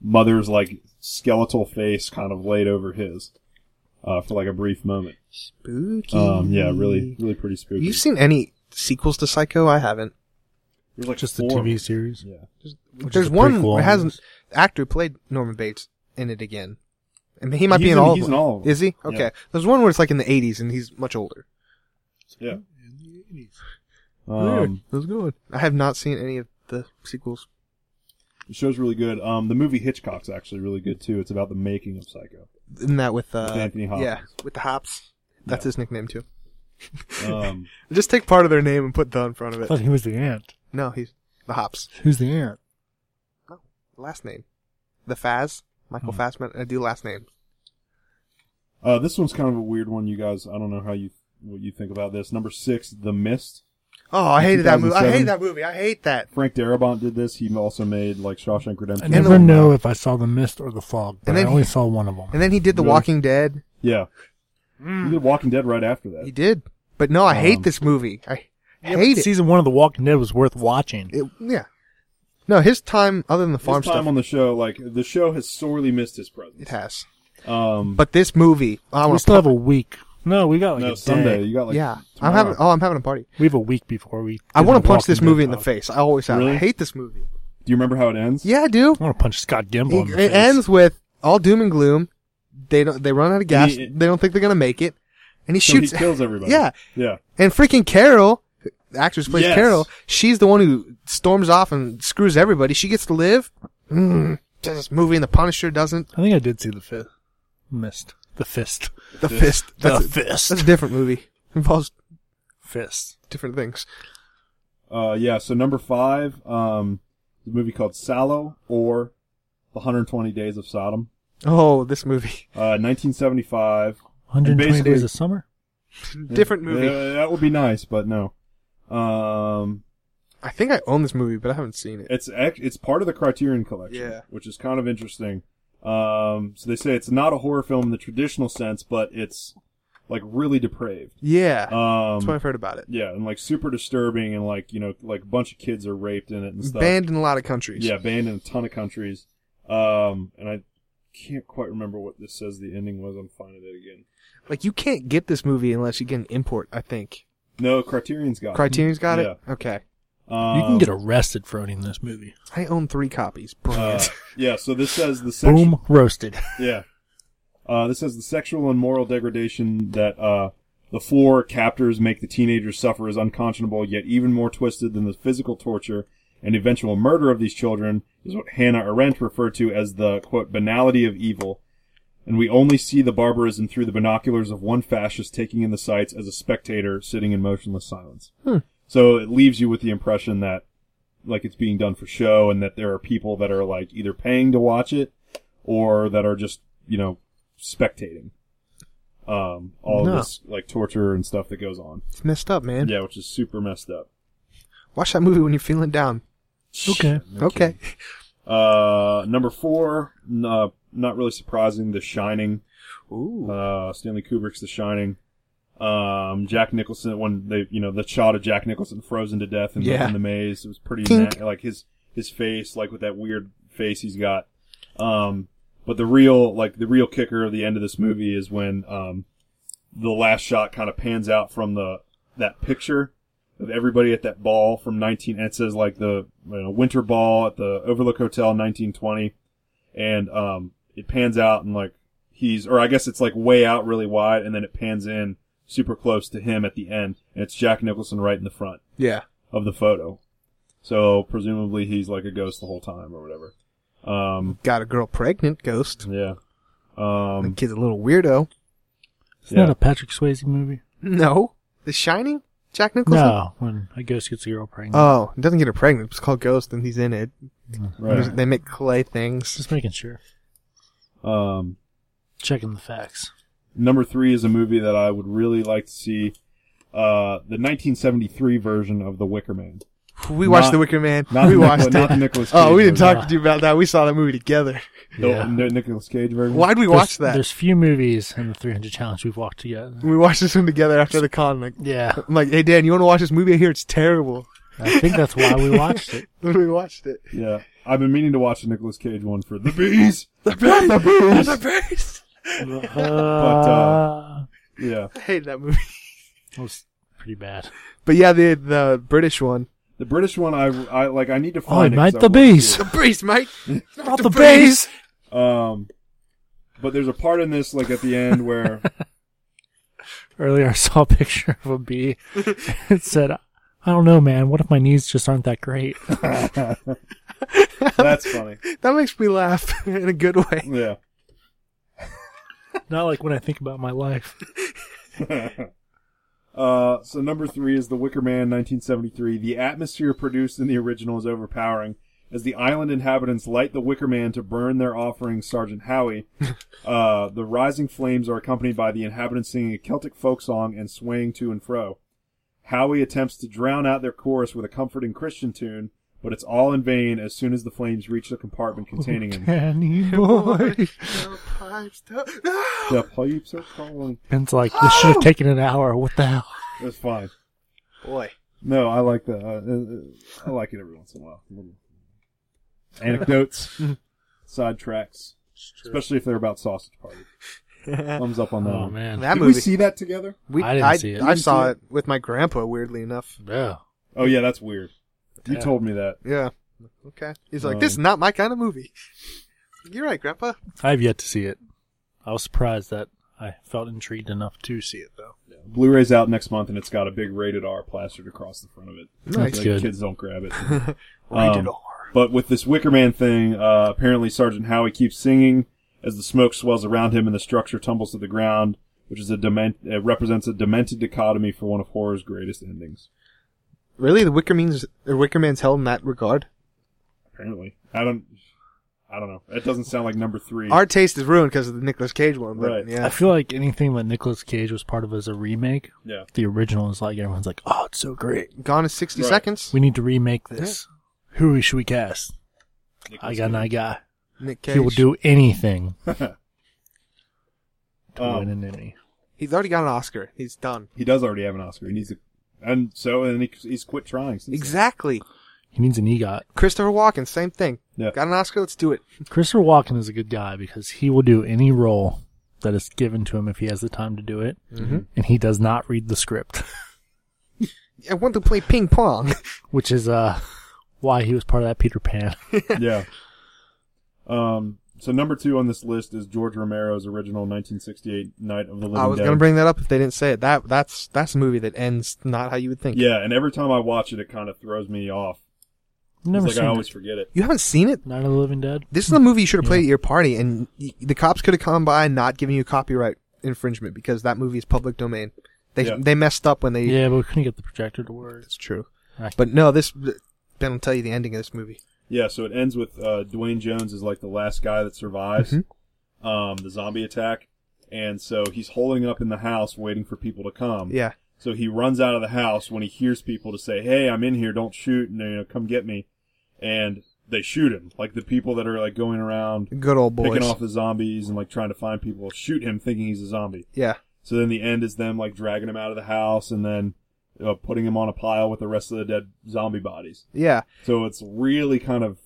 mother's like skeletal face kind of laid over his uh, for like a brief moment. Spooky. Um, yeah, really, really pretty Have spooky. you seen any sequels to Psycho? I haven't. There's like Just the four of TV them. series. Yeah. Which There's is a one prequel that has an almost. actor who played Norman Bates in it again. I mean, he might be He's in, in- all of he's them. in all of them. Is he? Yeah. Okay. There's one where it's like in the 80s and he's much older. Yeah. Weird. Um, That's good. I have not seen any of the sequels. the show's really good. Um, the movie Hitchcock's actually really good too. It's about the making of Psycho. Isn't that with, uh, With Anthony Hopkins. Yeah, with the Hops. That's his nickname too. Um, Just take part of their name and put the in front of I it. thought he was the aunt. No, he's the Hops. Who's the aunt? Last name. The Faz. Michael Hmm. Fassman. I do last name. uh, this one's kind of a weird one, you guys. I don't know how you what you think about this. Number six, The Mist. Oh, I hated that movie. I 2007. hate that movie. I hate that. Frank Darabont did this. He also made like Shawshank I Redemption. And never then- know if I saw The Mist or The Fog, but And then I only he- saw one of Mm. them. And then he did The Really? Walking Dead. yeah, he did Walking Dead right after He that. did. But no, I hate Um, this movie. I Yeah, hate but it. Season one of The Walking Dead was worth watching. It- Yeah. No, his time, other than the farm His time stuff, on the show, like the show has sorely missed his presence. it has. Um, But this movie, I we want still to. have a week. No, we got like no, a Sunday day. you got like yeah, I'm tomorrow. having. Oh, I'm having a party. We have a week before we. I do want The to punch this Walking movie Dead in the podcast. face. I always have. I Really? hate this movie. Do you remember how it ends? Yeah, I do. I want to punch Scott Gimble. in It, the it face. ends with all doom and gloom. They don't. They run out of gas. He- they don't think they're gonna make it, and he So shoots. he kills everybody. Yeah, yeah. and freaking Carol, the actress who plays Yes. Carol. She's the one who storms off and screws everybody. She gets to live. Mm, this movie and the Punisher doesn't. I think I did see the fifth. Missed the fist. The Fist. fist. That's, the fist. that's a different movie. Involves fist. different things. Uh, yeah. So number five, um, the movie called Sallow or the 120 Days of Sodom, Oh, this movie. uh, 1975. 120 basically- days of summer. Different movie. Yeah, that would be nice, but no. Um, I think I own this movie, but I haven't seen it. it's act- it's part of the Criterion collection, Yeah. which is kind of interesting. Um, so they say it's not a horror film in the traditional sense, but it's like really depraved. Yeah. That's what Um, I've heard about it. yeah, and like super disturbing, and like you know, like a bunch of kids are raped in it and stuff. Banned in a lot of countries. Um, Yeah, banned in a ton of countries. Um, and I can't quite remember what this says the ending was. I'm finding it again. Like, you can't get this movie unless you get an import, I think. No, Criterion's got it. Criterion's got Yeah. it? Okay. Um, You can get arrested for owning this movie. I own three copies. uh, Brilliant. yeah, so this says the section. Boom, roasted. Yeah. Uh, this says the sexual and moral degradation that uh, the four captors make the teenagers suffer is unconscionable, yet even more twisted than the physical torture and eventual murder of these children is what Hannah Arendt referred to as the, quote, banality of evil. And we only see the barbarism through the binoculars of one fascist taking in the sights as a spectator sitting in motionless silence. Hmm. So it leaves you with the impression that, like, it's being done for show and that there are people that are, like, either paying to watch it or that are just you know spectating um all No. this like torture and stuff that goes on it's messed up, man. yeah which is super messed up Watch that movie when you're feeling down. Okay. No okay. kidding. uh number four n- uh, not really surprising the shining Ooh. uh stanley kubrick's the shining um jack nicholson when they you know the shot of jack nicholson frozen to death in, the, Yeah. in the maze it was pretty Tink. na- like his his face like with that weird face he's got um but the real like the real kicker of the end of this movie is when um the last shot kind of pans out from the that picture of everybody at that ball from 19 and it says like the you know, winter ball at the overlook hotel 1920 and um it pans out and like he's or i guess it's like way out really wide and then it pans in super close to him at the end and it's jack nicholson right in the front yeah. of the photo so presumably he's like a ghost the whole time or whatever um Got a girl pregnant, ghost. yeah The um kid's a little weirdo. Isn't Yeah. that a Patrick Swayze movie? No. The Shining? Jack Nicholson? No, when a ghost gets a girl pregnant. Uh, Oh, it doesn't get her pregnant. It's called Ghost, and he's in it. right They make clay things. Just making sure. um Checking the facts. Number three is a movie that I would really like to see. Uh, the 1973 version of The Wicker Man. We watched Not- The Wicker Man. Not we the watched Nic- not the it. Nicolas Cage. Oh, we didn't version. talk to you about that. We saw that movie together. The Yeah. Ni- Nicolas Cage version. Why'd we There's- watch that? There's few movies in the 300 challenge we've walked together. We watched this one together after the con. Like, Yeah, I'm like, hey Dan, you want to watch this movie? I hear it's terrible. I think that's why we watched it. Then we watched it. Yeah, I've been meaning to watch the Nicolas Cage one for the bees. The beast. The beast. but uh, Yeah, I hate that movie. that was pretty bad. But yeah, the the British one. the British one. I, I like. I need to Oh, find. it 'cause night I the want to see bees. it. beast, mate. Not the bees. Um, but there's a part in this like at the end where Earlier, I saw a picture of a bee. It said, "I don't know, man. What if my knees just aren't that great?" that's funny. That makes me laugh in a good way. Yeah. Not like when I think about my life. Uh, so number three is The Wicker Man, 1973. The atmosphere produced in the original is overpowering as the island inhabitants light the Wicker Man to burn their offering, Sergeant Howie. Uh, the rising flames are accompanied by the inhabitants singing a Celtic folk song and swaying to and fro. Howie attempts to drown out their chorus with a comforting Christian tune, but it's all in vain as soon as the flames reach the compartment containing Oh, him. Danny boy. The pipes to- No! The pipes are calling. Ben's like, "This should have taken an hour. What the hell?" It's fine. Boy, No, I like that. Uh, uh, I like it every once in a while. Little anecdotes, side tracks, especially if they're about sausage party. Thumbs up on that. Oh one. man. that Did movie. we see that together? we, I didn't see it. I Didn't saw see it with my grandpa. Weirdly enough. yeah. Oh yeah, that's weird. You Yeah. told me that. Yeah. Okay. He's like, Um, this is not my kind of movie. You're right, grandpa. I've yet to see it. I was surprised that I felt intrigued enough to see it though. Blu-ray's out next month, and it's got a big rated R plastered across the front of it. That's Like, good. Kids don't grab it. Rated Um, R. But with this Wicker Man thing, uh, apparently Sergeant Howie keeps singing as the smoke swells around him and the structure tumbles to the ground, which is a dement- uh, represents a demented dichotomy for one of horror's greatest endings. Really, the Wicker Man's the Wicker Man's held in that regard. Apparently, I don't. I don't know. That doesn't sound like number three. Our taste is ruined because of the Nicolas Cage one. But Right. I Yeah. feel like anything that Nicolas Cage was part of as a remake, yeah, the original is like everyone's like, "Oh, it's so great. Gone in 60 Right. seconds. We need to remake this. Who should we cast? I got an I guy. Nick Cage. He will do anything to Um, win an Emmy." He's already got an Oscar. He's done. He does already have an Oscar. He needs to, and so and he, he's quit trying. Since Exactly. He needs an E EGOT. Christopher Walken, same thing. Yeah. Got an Oscar. Let's do it. Christopher Walken is a good guy because he will do any role that is given to him if he has the time to do it, Mm-hmm. and he does not read the script. I want to play ping pong. which is uh why he was part of that Peter Pan. yeah. Um, so number two on this list is George Romero's original 1968 Night of the Living I was Dead. gonna bring that up if they didn't say it. That that's that's a movie that ends not how you would think. yeah, and every time I watch it, it kind of throws me off. Never it's like seen I it. always forget it. You haven't seen it? Night of the Living Dead. This is a movie you should have Yeah. played at your party, and y- the cops could have come by and not given you copyright infringement because that movie is public domain. They Yeah. they messed up when they. Yeah, but we couldn't get the projector to work. It's true. Right. But no, this Ben will tell you the ending of this movie. Yeah, so it ends with uh, Dwayne Jones is like the last guy that survives um, the zombie attack, and so he's holding up in the house waiting for people to come. Yeah. So he runs out of the house when he hears people to say, "Hey, I'm in here. Don't shoot. And, you know, come get me." And they shoot him. Like the people that are like going around Good old boys. picking off the zombies and like trying to find people shoot him thinking he's a zombie. Yeah. So then the end is them like dragging him out of the house and then uh, putting him on a pile with the rest of the dead zombie bodies. Yeah. So it's really kind of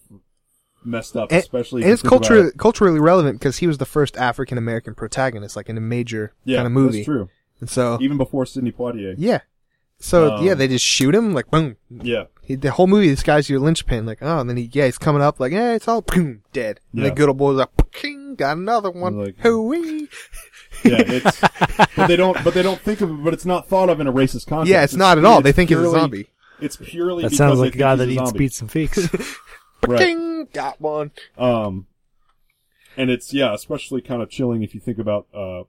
messed up, And, especially and if it's you think about culture, it. culturally relevant because he was the first African American protagonist, like in a major yeah, kind of movie. Oh. That's true. And so, Even before Sidney Poitier. yeah. So Um, yeah, they just shoot him like boom. Yeah. He, the whole movie, this guy's your linchpin, like oh, and then he yeah, he's coming up like yeah, it's all boom dead. And Yeah. the good old boy's like "Pking, got another one. Like- Hooey. Yeah, it's but they don't but they don't think of it but it's not thought of in a racist context. Yeah, it's not at all. They think he's a uh, purely- zombie. It's purely That because sounds they like a think guy he's that a eats zombie. beats and fakes. Right. Pking, got one. Um, and it's yeah, especially kind of chilling if you think about uh,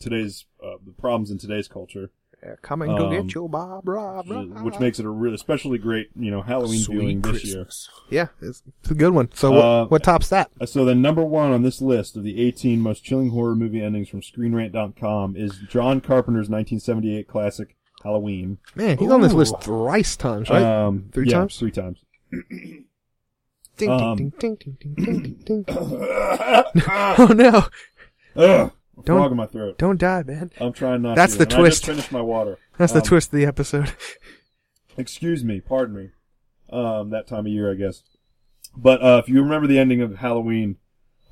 today's uh, the problems in today's culture, Yeah, come and go Um, get your Bob, Rob, Rob. which makes it a really especially great you know Halloween viewing this year. yeah, it's, it's a good one. So what, Uh, what tops that? Uh, So the number one on this list of the 18 most chilling horror movie endings from ScreenRant.com is John Carpenter's 1978 classic Halloween. Man, he's on this Ooh. list thrice times, right? Um, Three yeah, times? Three times. ding, um, Ah. ding, ding, ding, ding, ding, ding, ding. Ugh, oh no! a Don't- frog in my throat. Don't die, man. I'm trying not That's to. the and twist. I just finished my water. That's Um, the twist of the episode. excuse me, pardon me. Um, that time of year, I guess. But uh, if you remember the ending of Halloween,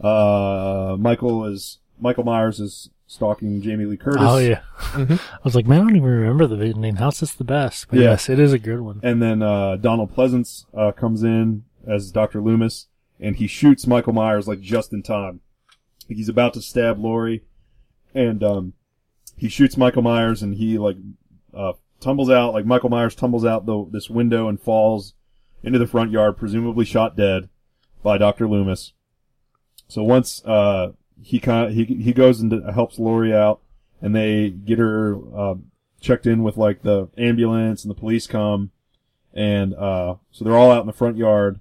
uh, Michael is Michael Myers is stalking Jamie Lee Curtis. Oh yeah. Mm-hmm. I was like, man, I don't even remember the video name. How's this the best? But Yeah. yes, it is a good one. And then uh, Donald Pleasance uh, comes in as Dr. Loomis, and he shoots Michael Myers like just in time. Like, he's about to stab Laurie, and um, he shoots Michael Myers, and he like uh, tumbles out. Like Michael Myers tumbles out the this window and falls into the front yard, presumably shot dead by Dr. Loomis. So once uh, he kind of, he he goes and helps Lori out, and they get her uh, checked in with like the ambulance, and the police come, and uh, so they're all out in the front yard,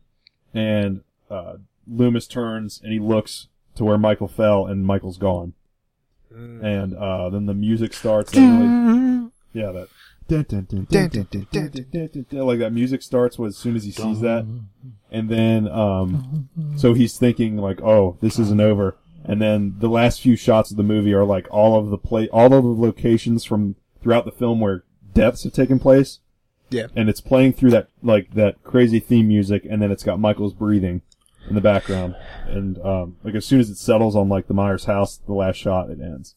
and uh, Loomis turns and he looks to where Michael fell, and Michael's gone, and uh, then the music starts. that really- yeah, that. Dun, dun, dun, dun, dun, dun, dun, dun, dun, dun, dun. Like that music starts with, as soon as he sees that, and then um, so he's thinking like, oh, this isn't over. And then the last few shots of the movie are like all of the play, all of the locations from throughout the film where deaths have taken place. Yeah. And it's playing through that like that crazy theme music, and then it's got Michael's breathing in the background. And um, like as soon as it settles on like the Myers house, the last shot it ends.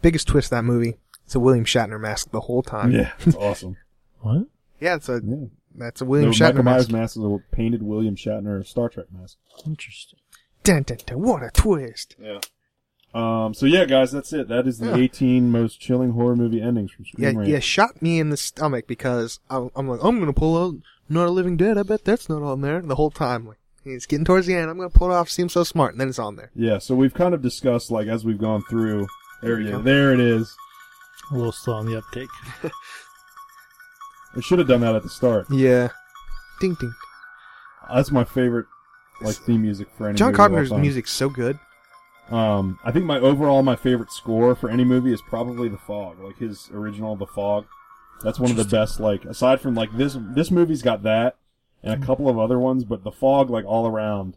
Biggest twist of that movie. It's a William Shatner mask the whole time. Yeah, it's awesome. What? yeah. It's a Yeah. that's a William the Shatner Michael Myers mask. mask is a painted William Shatner Star Trek mask. Interesting. Dun, dun, dun, what a twist! Yeah. Um, so yeah, guys, that's it. That is the Yeah. 18 most chilling horror movie endings from Yeah, Screen Rant. yeah. Shot me in the stomach because I'm, I'm like I'm gonna pull out Not a Living Dead. I bet that's not on there the whole time. Like it's getting towards the end. I'm gonna pull it off. Seems so smart, and then it's on there. Yeah, So we've kind of discussed like as we've gone through. There you you go. There it is. A little slow on the uptake. I should have done that at the start. Yeah. Ding ding. That's my favorite like theme music for any. John movie of all Carpenter's time. music's so good. Um, I think my overall my favorite score for any movie is probably The Fog. Like his original The Fog. That's one of the best. Like aside from like this this movie's got that and a couple of other ones, but The Fog like all around.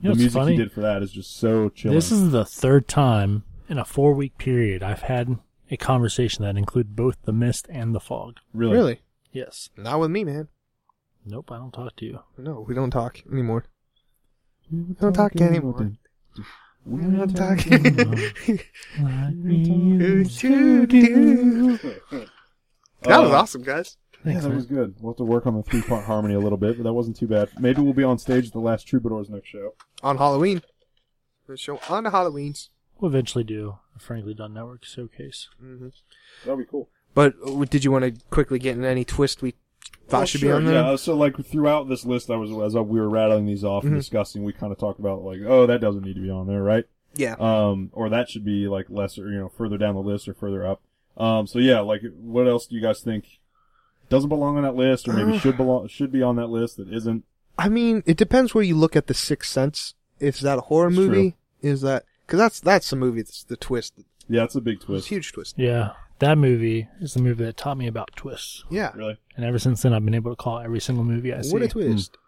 Hmm. the You know what's music funny? he did for that is just so chilling. This is the third time in a four week period I've had a conversation that included both the mist and the fog. Really? Yes. Not with me, man. Nope, I don't talk to you. No, we don't talk anymore. We don't talk anymore. We don't talk. Like we used to do. That was Uh, awesome, guys. Yeah, Thanks, that man. was good. We'll have to work on the three part harmony a little bit, but that wasn't too bad. Maybe we'll be on stage at the last Troubadours next show. On Halloween. The show on the Halloweens. We'll eventually do a Frankly Done Network showcase. hmm That'd be cool. But uh, did you want to quickly get in any twist we thought Well, should Oh, sure, be on there? Yeah. So like throughout this list, I was as we were rattling these off Mhm. and discussing, we kind of talked about like, oh, that doesn't need to be on there, right? Yeah. Um, or that should be like lesser, you know, further down the list or further up. Um, so yeah, like what else do you guys think doesn't belong on that list, or maybe should belong should be on that list that isn't? I mean, it depends where you look at the Sixth Sense. Is that a horror It's movie? Is that because that's that's the movie that's the twist, Yeah, it's a big it's twist. a huge twist. Yeah, that movie is the movie that taught me about twists. Yeah. Really? And ever since then, I've been able to call every single movie I see Hmm. What a twist!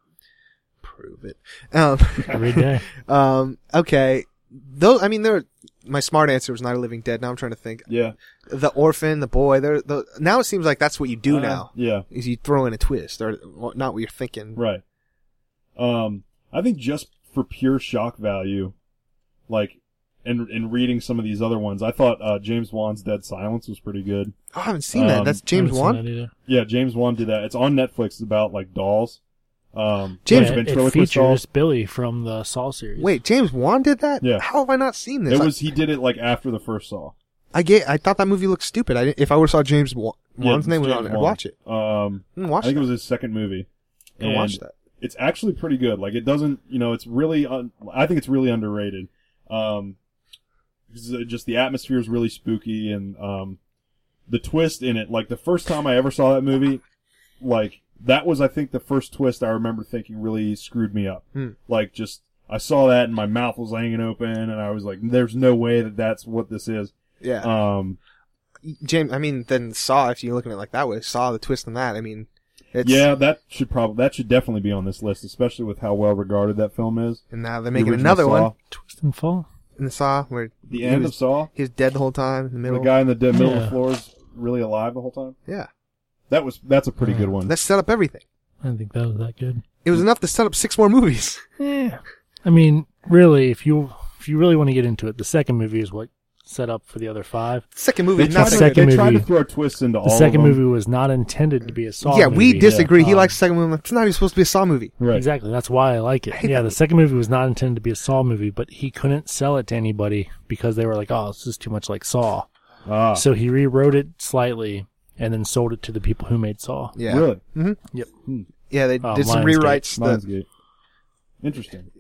Prove it. Um, every day. um, okay. Though I mean, there. My smart answer was not a Living Dead. Now I'm trying to think. Yeah. The orphan, the boy. There. The, now it seems like that's what you do Uh, now. Yeah. Is you throw in a twist or well, not what you're thinking? Right. Um, I think just for pure shock value, like, and and reading some of these other ones, I thought uh, James Wan's Dead Silence was pretty good. Oh, I haven't seen that. Um, That's James I haven't seen Wan. that either. Yeah, James Wan did that. It's on Netflix. It's about like dolls. Um, James- like Yeah, it, it ventriloquist features dolls. Billy from the Saw series. Wait, James Wan did that? Yeah. How have I not seen this? It I- was he did it like after the first Saw. I get. I thought that movie looked stupid. I didn't, if I would have saw James Wan, Yeah, Wan's it's name was James on it, I'd Wan. watch it. Um, I didn't watch I think that. it was his second movie. I didn't watch that. it's actually pretty good. Like it doesn't, you know, it's really, un- I think it's really underrated. Um, 'cause, uh, just the atmosphere is really spooky and, um, the twist in it, like the first time I ever saw that movie, like that was, I think the first twist I remember thinking really screwed me up. Hmm. Like just, I saw that and my mouth was hanging open and I was like, there's no way that that's what this is. Yeah, Um, James. I mean, then Saw. If you're looking at it like that way, Saw the twist in that. I mean, it's, yeah, that should probably, that should definitely be on this list, especially with how well regarded that film is. And now they're The making original another Saw. one Twist and Fall? in the Saw where The he end was, of Saw. he was dead the whole time in the The middle. guy in the dead middle of Yeah. the floor is really alive the whole time. yeah, That was that's a pretty good one. that set up everything. I didn't think that was that good. It Mm. was enough to set up six more movies. Yeah. Eh. I mean, really, if you if you really want to get into it, the second movie is what set up for the other five. Second movie, they not tried, so to, second they tried to movie. throw twists into The all second of them. movie was not intended to be a Saw good. Yeah, movie. we disagree. He Um, likes the second movie. It's not even supposed to be a Saw movie. Right. Exactly. That's why I like it. hate yeah, that the second movie was not intended to be a Saw movie, but he couldn't sell it to anybody because they were like, "Oh, this is too much like Saw." Ah, So he rewrote it slightly and then sold it to the people who made Saw. Yeah, really? hmm Yep. Yeah, they Oh, did some Lionsgate. rewrites. that- Lionsgate. Interesting.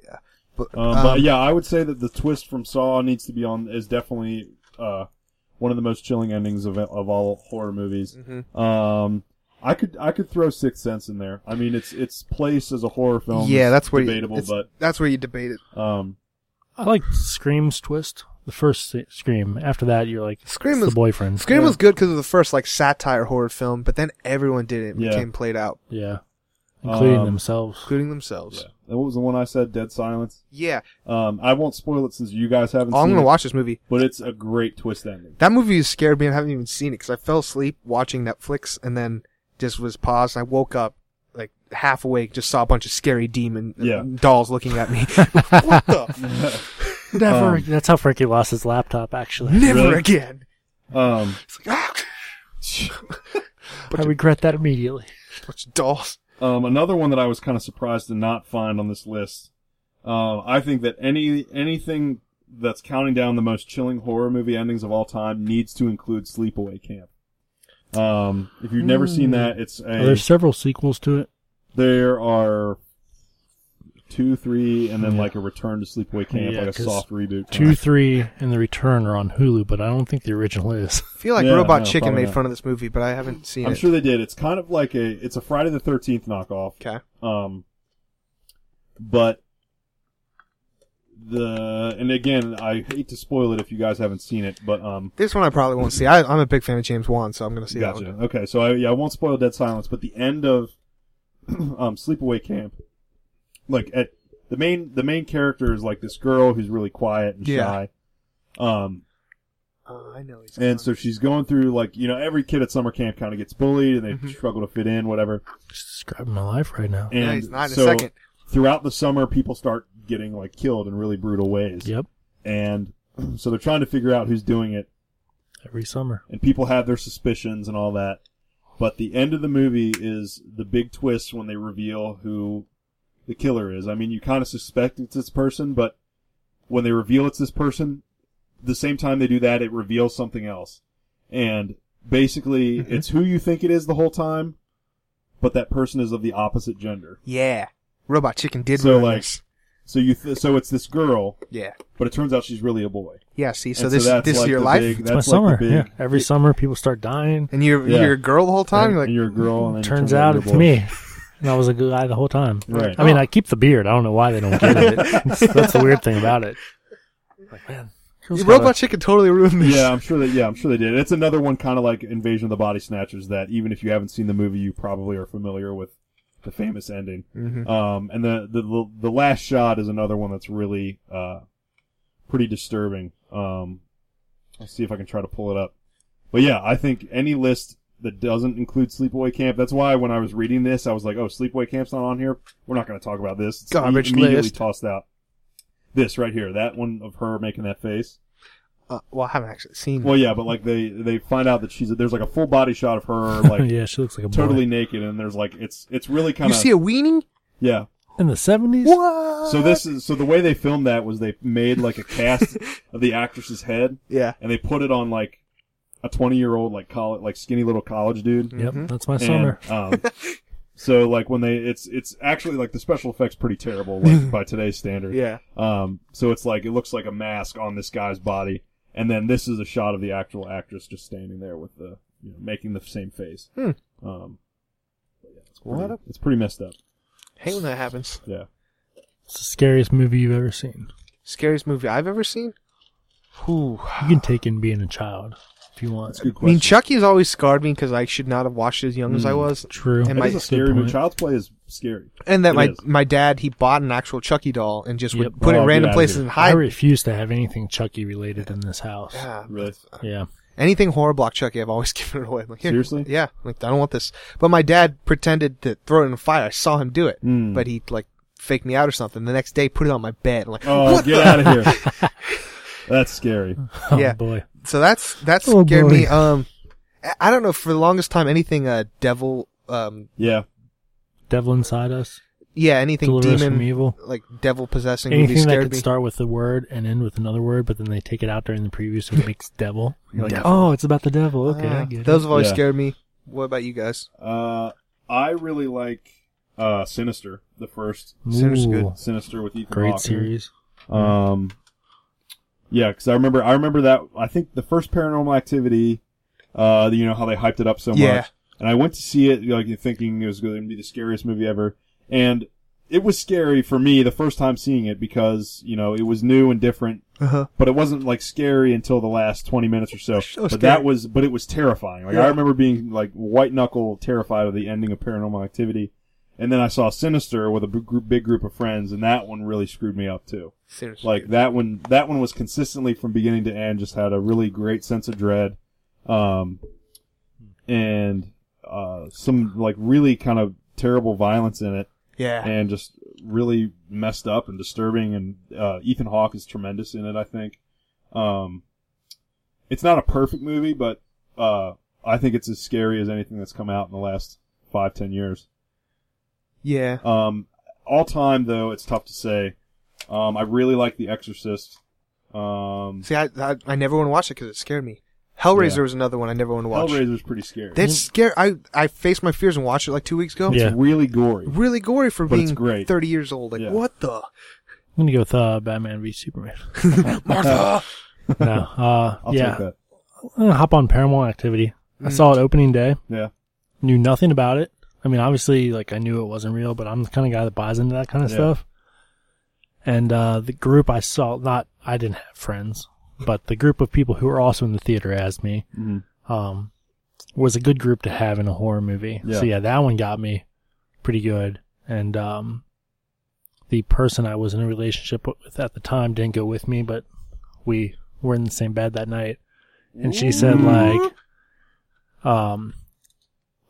but, Um, but um, yeah, I would say that the twist from Saw needs to be on is definitely uh, one of the most chilling endings of of all horror movies. mhm. Um, I could I could throw Sixth Sense in there. I mean, its its place as a horror film. yeah, is that's where debatable, you, it's- but that's where you debate it. um, I like Scream's twist. The first s- Scream. After that, you're like, Scream "It's was- the boyfriend." Scream Yeah. was good because of the first like satire horror film, but then everyone did it and Yeah. became played out, Yeah, including Um, themselves. including themselves. yeah. And what was the one I said? Dead Silence. Yeah, Um, I won't spoil it since you guys haven't. Oh, I'm seen gonna it. watch this movie. but it's a great twist ending. That movie scared me. and I haven't even seen it because I fell asleep watching Netflix and then just was paused. And I woke up like half awake, just saw a bunch of scary demon uh, Yeah. dolls looking at me. what the? Never. Um, that's how Frankie lost his laptop. Actually, Never Really? again. Um, It's like ah, I regret that immediately. bunch of dolls. um, another one that I was kind of surprised to not find on this list. Um, I think that any anything that's counting down the most chilling horror movie endings of all time needs to include Sleepaway Camp. Um, if you've never Hmm. seen that, it's Well, there's a several sequels to it. there are two, three, and then like a return to Sleepaway Camp, Yeah, like a 'cause soft reboot. Two, three, and the Return are on Hulu, but I don't think the original is. I feel like Yeah, Robot no, Chicken probably made not. fun of this movie, but I haven't seen I'm it. sure they did. It's kind of like a it's a Friday the Thirteenth knockoff. okay. Um, but the and again, I hate to spoil it if you guys haven't seen it, but um, This one I probably won't see. I, I'm a big fan of James Wan, so I'm gonna see that gotcha. one. Okay, so I yeah, I won't spoil Dead Silence, but the end of um Sleepaway Camp, like at the main the main character is like this girl who's really quiet and Yeah. shy. Um, Uh, I know he's. and so she's going through like you know every kid at summer camp kind of gets bullied and they Mm-hmm. struggle to fit in, whatever. Just describing my life right now. And Yeah, he's not in a so second. throughout the summer, people start getting like killed in really brutal ways. Yep. and so they're trying to figure out who's doing it Every summer. and people have their suspicions and all that But the end of the movie is the big twist when they reveal who the killer is. I mean, you kind of suspect it's this person, but when they reveal it's this person, the same time they do that, it reveals something else. And basically, Mm-hmm. it's who you think it is the whole time, but that person is of the opposite gender. Yeah. Robot Chicken did So, ruin like- this. So you, th- so it's this girl, Yeah. but it turns out she's really a boy. Yeah, see, so And this that's this is like your the life? big- It's my that's summer. Like the big, yeah. Every summer, people start dying. and you're, Yeah. you're a girl the whole time? and, Like, and you're a girl, and then it Turns out you're it's a boy. me. And I was a good guy the whole time. Right. I mean, I keep the beard. I don't know why they don't get it. That's- That's the weird thing about it. Like, man, girls gotta- Robot Chicken totally ruined this. Yeah, I'm sure that. Yeah, I'm sure they did. It's another one, kind of like Invasion of the Body Snatchers, that even if you haven't seen the movie, you probably are familiar with the famous ending. Mm-hmm. Um, and the, the the last shot is another one that's really uh, pretty disturbing. Um, I'll see if I can try to pull it up. But yeah, I think any list that doesn't include Sleepaway Camp. That's why when I was reading this, I was like, "Oh, Sleepaway Camp's not on here. We're not going to talk about this." It's Garbage immediately list. tossed out. This right here, that one of her making that face. Uh, well, I haven't actually seen Well, yeah, but like they they find out that she's there's like a full body shot of her like yeah, she looks like a totally boy. naked, and there's like it's it's really it. kind You of see a weenie? yeah. in the seventies. What? So this is so the way they filmed that was they made like a cast of the actress's head, Yeah. and they put it on like a twenty year old like college like skinny little college dude. Yep, that's Mm, my Mm-hmm. And, summer. um, so like when they it's it's actually like the special effects pretty terrible like by today's standard. Yeah. Um, so it's like it looks like a mask on this guy's body, and then this is a shot of the actual actress just standing there with the you know making the same face. Hmm. Um, but yeah, it's What pretty, a- it's pretty messed up. Hate when that happens. Yeah, It's the scariest movie you've ever seen. Scariest movie I've ever seen? Whew. You can take in being a child if you want. that's a good I mean, question. Chucky's always scarred me because I should not have watched it as young as Hmm. I was. True. And That my- is a Good scary movie. point. Child's Play is scary. And that It my is. my dad he bought an actual Chucky doll and just Yep. would put it Oh, in random yeah, places dude. and I hide. refuse to have anything Chucky related in this house. yeah. Really? Yeah. Anything horror block Chucky, I've always given it away. I'm like, here, Seriously? Yeah. Like I don't want this. But my dad pretended to throw it in the fire. I saw him do it, Hmm. Mm. but he like faked me out or something. The next day, put it on my bed. I'm like, Oh, what? get out of here. That's scary. Oh Yeah. boy. So that's that Oh, scared boy. me. Um, I- I don't know. For the longest time, anything uh devil um Yeah. Devil inside us. yeah anything Deliver us from demon evil. like devil possessing movie Anything that scared could me. start with the word and end with another word, but then they take it out during the preview, so it makes devil. You're like, Devil. oh, it's about the devil. Okay, Uh, I get those it. have always Yeah. scared me. What about you guys? Uh, I really like uh Sinister, the first Sounds good. Ooh, Sinister with Ethan Great Hawke. series. Mm-hmm. Um, yeah, because I remember, I remember that. I think the first Paranormal Activity, uh, you know how they hyped it up so Yeah. much, and I went to see it like thinking it was going to be the scariest movie ever, and it was scary for me the first time seeing it because you know it was new and different, Uh-huh. but it wasn't like scary until the last twenty minutes or so. So but scary. that was, but it was terrifying. Like I Yeah. remember being like white knuckle terrified of the ending of Paranormal Activity. And then I saw Sinister with a big group- big group of friends, and that one really screwed me up too Seriously. like that one that one was consistently from beginning to end just had a really great sense of dread um and uh some like really kind of terrible violence in it yeah. and just really messed up and disturbing and uh Ethan Hawke is tremendous in it I think um it's not a perfect movie but uh I think it's as scary as anything that's come out in the last five ten years Yeah. um, all time though, it's tough to say. Um, I really like The Exorcist. Um, See, I, I I never want to watch it because it scared me. Hellraiser Yeah. was another one I never want to watch. Hellraiser's pretty scary. That's scary. I I faced my fears and watched it like two weeks ago. it's Yeah. really gory. Really gory for But it's being great. thirty years old. Like Yeah. what the? I'm gonna go with uh, Batman v Superman. Martha! No, uh, I'll yeah, take that. I'm gonna hop on Paranormal Activity. I saw it opening day. Yeah. Knew nothing about it. I mean, obviously, like I knew it wasn't real, but I'm the kind of guy that buys into that kind of Yeah. stuff. And uh, the group I saw, not I didn't have friends, but the group of people who were also in the theater as me Mhm. um, was a good group to have in a horror movie. Yeah. So yeah, that one got me pretty good. And um, the person I was in a relationship with at the time didn't go with me, but we were in the same bed that night. And she said like, um,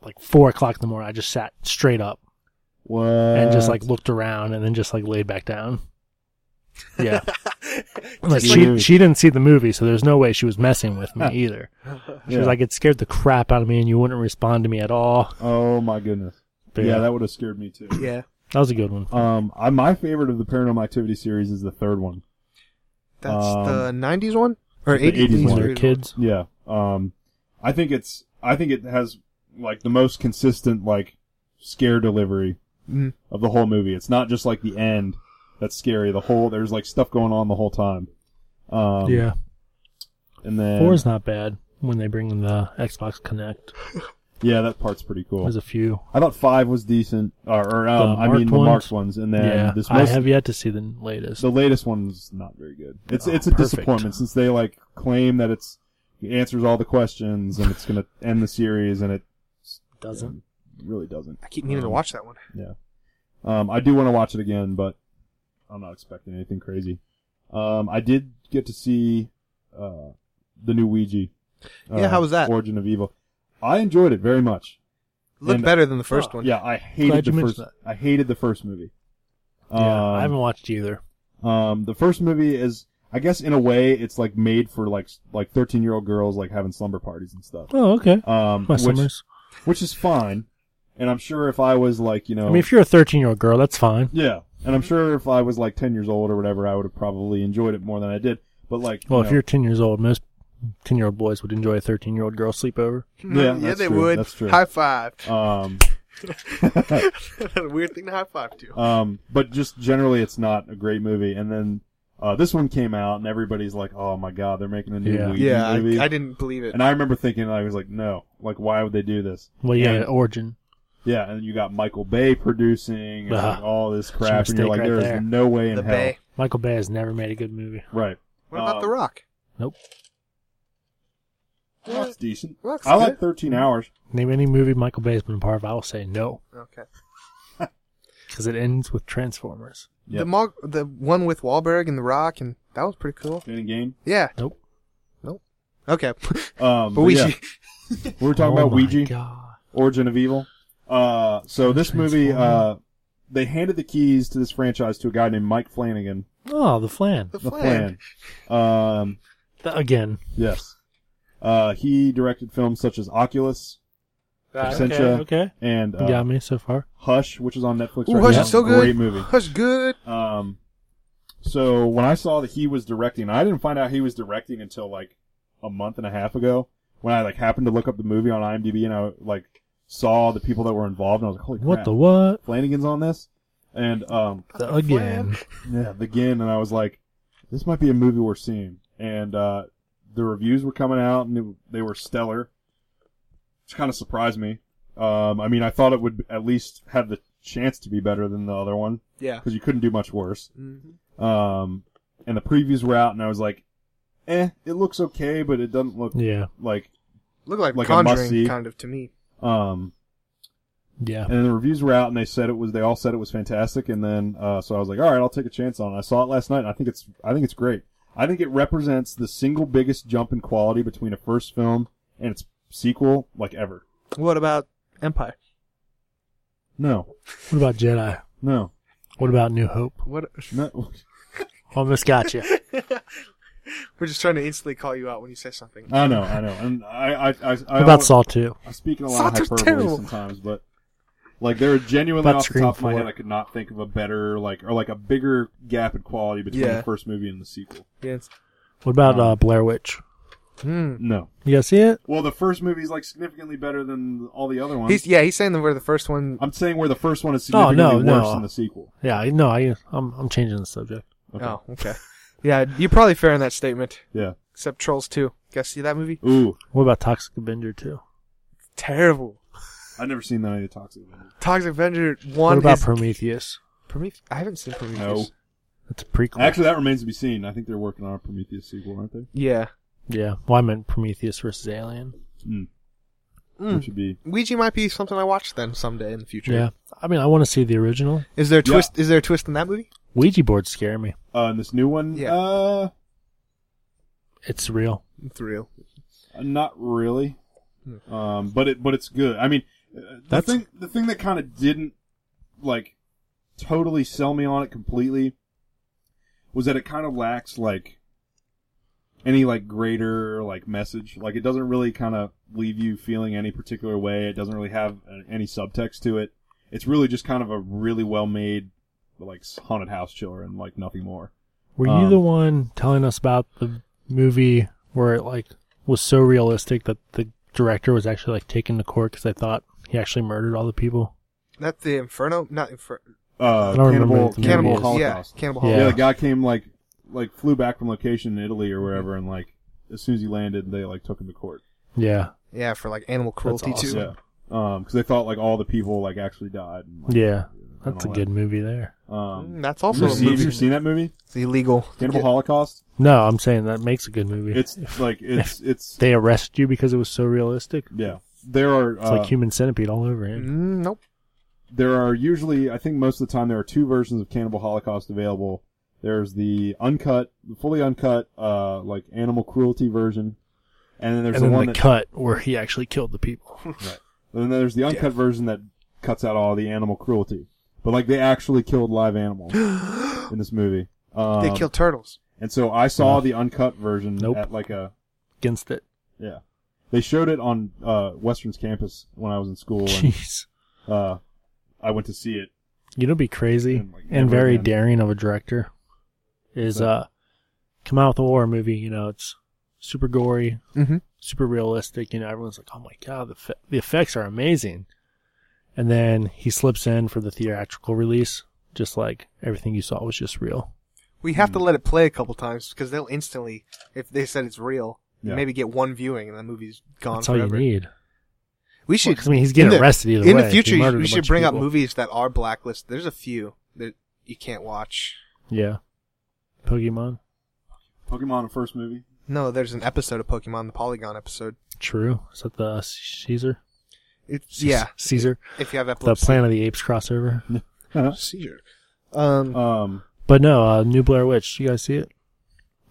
like four o'clock in the morning. I just sat straight up What? and just like looked around and then just like laid back down. Yeah. Like, Just she like- she didn't see the movie, so there's no way she was messing with me either. She Yeah. was like, "It scared the crap out of me, and you wouldn't respond to me at all." Oh my goodness. But yeah, yeah, that would have scared me too. yeah, that was a good one. Um, I, my favorite of the Paranormal Activity series is the third one. that's Um, the '90s one or the 80s, 80s When one. they're kids, Yeah. Um, I think it's I think it has like the most consistent like scare delivery Mhm. of the whole movie. It's not just like the end that's scary. The whole there's like stuff going on the whole time. Um, yeah, And then four's not bad when they bring in the Xbox Connect. yeah, that part's pretty cool. There's a few. I thought five was decent, or, or um, The I mean marked the ones? marked ones, and then yeah, this I most, have yet to see the latest. the latest one's not very good. It's Oh, it's a perfect. disappointment since they like claim that it's it answers all the questions and it's gonna end the series, and it Doesn't. really doesn't. I keep needing to Um, watch that one. Um, I do want to watch it again, but I'm not expecting anything crazy. Um, I did get to see uh, the new Ouija. Uh, Yeah, how was that? Origin of Evil. I enjoyed it very much. Looked and- oh, better than the first one. Yeah, I hated Glad the you first. mentioned I hated the first movie. yeah, Um, I haven't watched either. Um, the first movie is, I guess, in a way, it's like made for like s- like thirteen year old girls like having slumber parties and stuff. Oh, okay. Um, My which, summers. which is fine, and I'm sure if I was like you know, I mean, if you're a 13 year old girl, that's fine. yeah, and I'm sure if I was like ten years old or whatever, I would have probably enjoyed it more than I did. But like, Well, you if you're 10 years old, most 10 year old boys would enjoy a 13 year old girl sleepover. Yeah, yeah, that's they true, would. that's true. High five. you're um, That's a weird thing to high five to. um, but just generally, it's not a great movie. And then uh, this one came out, and everybody's like, "Oh my god, they're making a new Yeah. Ouija yeah, movie." I, I didn't believe it. and I remember thinking, I was like, "No, like, why would they do this?" Well, yeah, And- Origin. Yeah, and you got Michael Bay producing and Ah, like, all this a crap, and you're mistake like, right there is there. no way in the hell. Bay. Michael Bay has never made a good movie. Right. What about Um, The Rock? Nope. That's decent. Rock's I like good. 13 hours. Name any movie Michael Bay's been a part of, I will say no, Okay. because it ends with Transformers. Yeah. The Mog- the one with Wahlberg and The Rock, and that was pretty cool. Any game? Yeah. Nope. Okay. Um, But but we yeah, should- we were talking Oh about my Ouija, God. Origin of Evil. Uh, so this movie, uh, Transformer. they handed the keys to this franchise to a guy named Mike Flanagan, Oh, the Flan. the the plan. Flan. Um, Th- again. yes. Uh, he directed films such as Oculus Absentia. Okay. and uh, You got me so far. Hush, which is on Netflix Ooh, right Hush now. is so good. Great movie. Hush good. Um, so when I saw that he was directing, I didn't find out he was directing until like a month and a half ago when I like happened to look up the movie on IMDb and I like saw the people that were involved and I was like, holy What crap, the what? Flanagan's on this, and um, The again. yeah, the Gin, and I was like, this might be a movie we're seeing, and uh, the reviews were coming out and it, they were stellar, which kind of surprised me. Um, I mean, I thought it would at least have the chance to be better than the other one Yeah. because you couldn't do much worse. Mhm. Um, and the previews were out, and I was like, eh, it looks okay, but it doesn't look Yeah. like. Look like, Like a must-see. Conjuring, kind of to me. Um, Yeah. and the reviews were out, and they said it was. They all said it was fantastic, and then uh, so I was like, all right, I'll take a chance on it. I saw it last night, and I think it's. I think it's great. I think it represents the single biggest jump in quality between a first film and its sequel, like ever. What about Empire? No, What about Jedi? no, What about New Hope? Oh, What? no. Almost got you. We're just trying to instantly call you out when you say something. I know, I know, and I, I, I, I What about Saw 2? I'm speaking a lot of Sauter's hyperbole terrible. sometimes, but like there are genuinely About off the top of Scream my head, four. I could not think of a better like or like a bigger gap in quality between Yeah. the first movie and the sequel. Yes. What about Um, uh, Blair Witch? Hmm. No, You guys see it? well, the first movie is like significantly better than all the other ones. He's yeah. He's saying that we're the first one. I'm saying where the first one is Oh, significantly no, worse no. than the sequel. Yeah, I- no, I, I'm, I'm changing the subject. Okay. Oh, okay. yeah, you're probably fair in that statement. Yeah. Except Trolls 2. You guys see that movie? Ooh, What about Toxic Avenger 2? Terrible. I've never seen that any Toxic Avenger. Toxic Avenger What 1 about is... Prometheus? Prometheus? I haven't seen Prometheus. No. That's a prequel. Actually, that remains to be seen. I think they're working on a Prometheus sequel, aren't they? Yeah. yeah. Well, I meant Prometheus versus Alien. Mm. Mm. Hmm. Which would be Ouija might be something I watch then someday in the future. Yeah. I mean, I want to see the original. Is there a Yeah. twist? Is there a twist in that movie? Ouija boards scare me. uh, and this new one. Yeah. Uh, It's real. It's real. Uh, Not really. Um, but it but it's good. I mean, uh, the That's- thing the thing that kind of didn't like totally sell me on it completely was that it kind of lacks like any like greater like message. Like it doesn't really kind of leave you feeling any particular way. It doesn't really have uh, any subtext to it. It's really just kind of a really well made like haunted house chiller and like nothing more. Were you Um, the one telling us about the movie where it like was so realistic that the director was actually like taken to court because they thought he actually murdered all the people? Not the Inferno, not Inferno. Uh, I don't remember cannibal, what the movie cannibal is. yeah, Holocaust. Cannibal Oh, Yeah. Yeah. the Holocaust. guy came like like flew back from location in Italy or wherever, and like as soon as he landed, they like took him to court. Yeah, Yeah. for like animal cruelty awesome. too. Yeah, um, because they thought like all the people like actually died. And, like, yeah, and that's a all good movie there. That. Um, Mm, That's have also you, a seen, have movie. you seen that movie? It's illegal. Cannibal Yeah. Holocaust. No, I'm saying that makes a good movie. It's like it's it's they arrest you because it was so realistic. yeah. There are It's uh, like human centipede all over him. Mm, nope. there are usually I think most of the time there are two versions of Cannibal Holocaust available. There's the uncut, the fully uncut, uh, like animal cruelty version, and then there's and the then one the that cut where he actually killed the people. And then there's the uncut version that cuts out all the animal cruelty. But like they actually killed live animals in this movie. Um, They kill turtles. And so I saw the uncut version Nope. at like a Against it. yeah. They showed it on uh, Western's campus when I was in school, and Jeez. uh, I went to see it. You know, what'd be crazy And, like, and never very again. daring of a director is So- uh come out with a horror movie. You know, it's super gory, Mm-hmm. super realistic. You know, everyone's like, "Oh my god, the fe- the effects are amazing," and then he slips in for the theatrical release, just like everything you saw was just real. We have to let it play a couple times because they'll instantly, if they said it's real, Yeah. maybe get one viewing and the movie's gone That's all forever. you need. We should. 'cause, I mean, he's getting in the- arrested either In way, the if he future, murdered you, a we should bunch of bring up people. movies that are blacklisted. There's a few that you can't watch. Yeah, Pokemon. Pokemon, the first movie. No, there's an episode of Pokemon, the Polygon episode. True. Is that the uh, Caesar? It's yeah. Caesar. If you have The epilepsy. Oh, Planet of the Apes crossover. Uh-huh. seizure. Um, Um, But no, uh, New Blair Witch. You guys see it?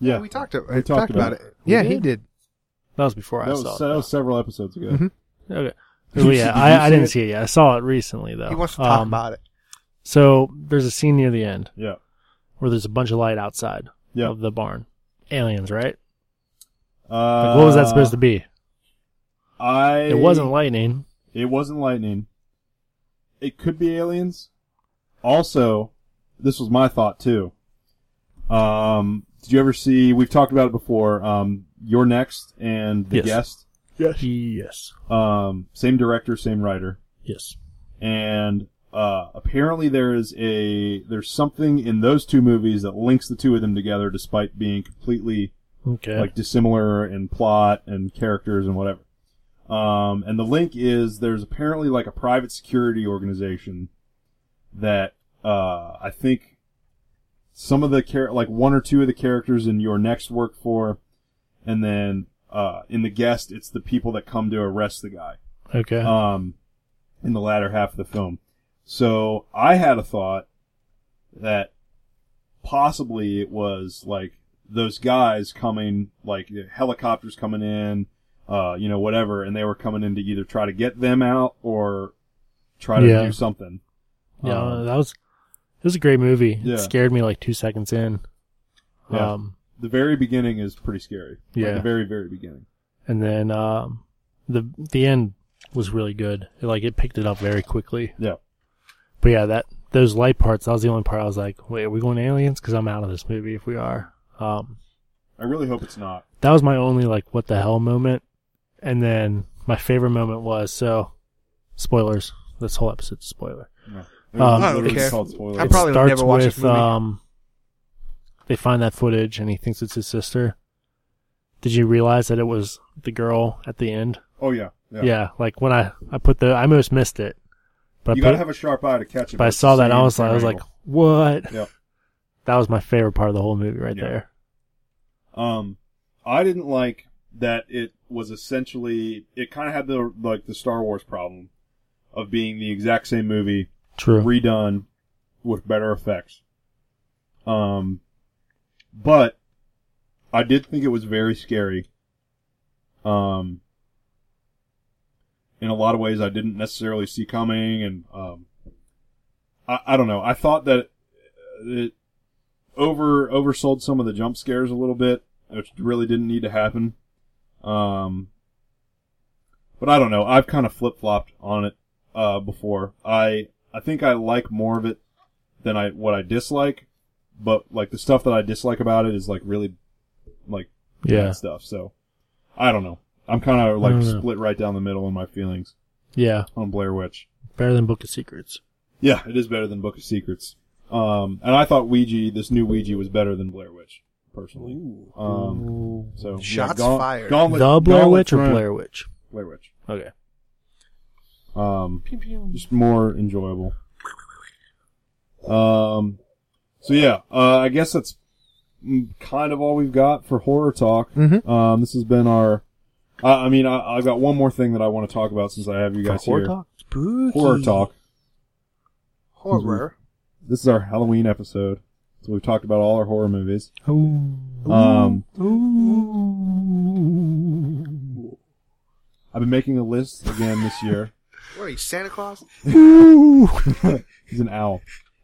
yeah, we talked, we talked about about it. We yeah, did? he did. That was before that I was, saw it. that was several episodes ago. Mm-hmm. Mhm. though. Okay. Did Oh, you see- did yeah, you I, I see didn't it? see it yet. I saw it recently though. He wants to talk Um, about it. So there's a scene near the end Yeah, where there's a bunch of light outside yeah. of the barn. Aliens, right? Uh, Like, what was that supposed to be? I It wasn't lightning. It wasn't lightning. It could be aliens. Also, this was my thought too. Um, did you ever see? We've talked about it before. Um, Your Next and The Yes. Guest. Yes. Yes. Um, same director, same writer, Yes. and uh, apparently there is a there's something in those two movies that links the two of them together, despite being completely Okay. like dissimilar in plot and characters and whatever. Um, and the link is there's apparently like a private security organization that uh, I think some of the char- like one or two of the characters in your next work for, and then uh, in the guest it's the people that come to arrest the guy okay. um, in the latter half of the film. So I had a thought that possibly it was like those guys coming, like the helicopters coming in, uh, you know, whatever, and they were coming in to either try to get them out or try to Yeah. do something. yeah, Um, that was. It was a great movie. Yeah. It scared me like two seconds in. Yeah. Um, the very beginning is pretty scary. Like, Yeah. the very very beginning. and then um, the the end was really good. It, like it picked it up very quickly. Yeah. But yeah, that those light parts. That was the only part I was like, wait, are we going to aliens? Because I'm out of this movie if we are. Um, I really hope it's not. that was my only like what the hell moment. And then my favorite moment was so spoilers. This whole episode's a spoiler. No. Um, I don't literally care. called spoilers. I probably- would starts never watch with this movie. um, they find that footage and he thinks it's his sister. Did you realize that it was the girl at the end? oh yeah, yeah. Yeah, like when I I put the I almost missed it, but you I, gotta put, have a sharp eye to catch it. but I it's the saw that and I same- was same I was like, angle. what? Yeah. That was my favorite part of the whole movie right Yeah. there. Um, I didn't like that it was essentially it kind of had the like the Star Wars problem of being the exact same movie True. redone with better effects. Um, but I did think it was very scary. Um, in a lot of ways I didn't necessarily see coming, and um, I I don't know. I thought that it over oversold some of the jump scares a little bit, which really didn't need to happen. Um, but I don't know. I've kind of flip flopped on it uh, before. I I think I like more of it than I what I dislike. But like the stuff that I dislike about it is like really like bad Yeah. stuff. So I don't know. I'm kind of like don't know. split right down the middle in my feelings Yeah. on Blair Witch. Better than Book of Secrets. Yeah, it is better than Book of Secrets. Um, and I thought Ouija, this new Ouija, was better than Blair Witch, personally. Um, so yeah, Shots Gaun- fired. Gauntlet, the Blair Gauntlet Witch or Throne- Blair Witch? Blair Witch. Okay. Um, just more enjoyable. Um, so yeah, uh, I guess that's mm, kind of all we've got for horror talk. Mhm. Mm-hmm. Um, this has been our. I I mean, I, I've got one more thing that I want to talk about since I have you guys horror here. talk? Spooky. Horror talk. Horror. This is our Halloween episode. So we've talked about all our horror movies. Ooh. Um, Ooh. I've been making a list again this year. Mm-hmm. What are you, Santa Claus? He's an owl.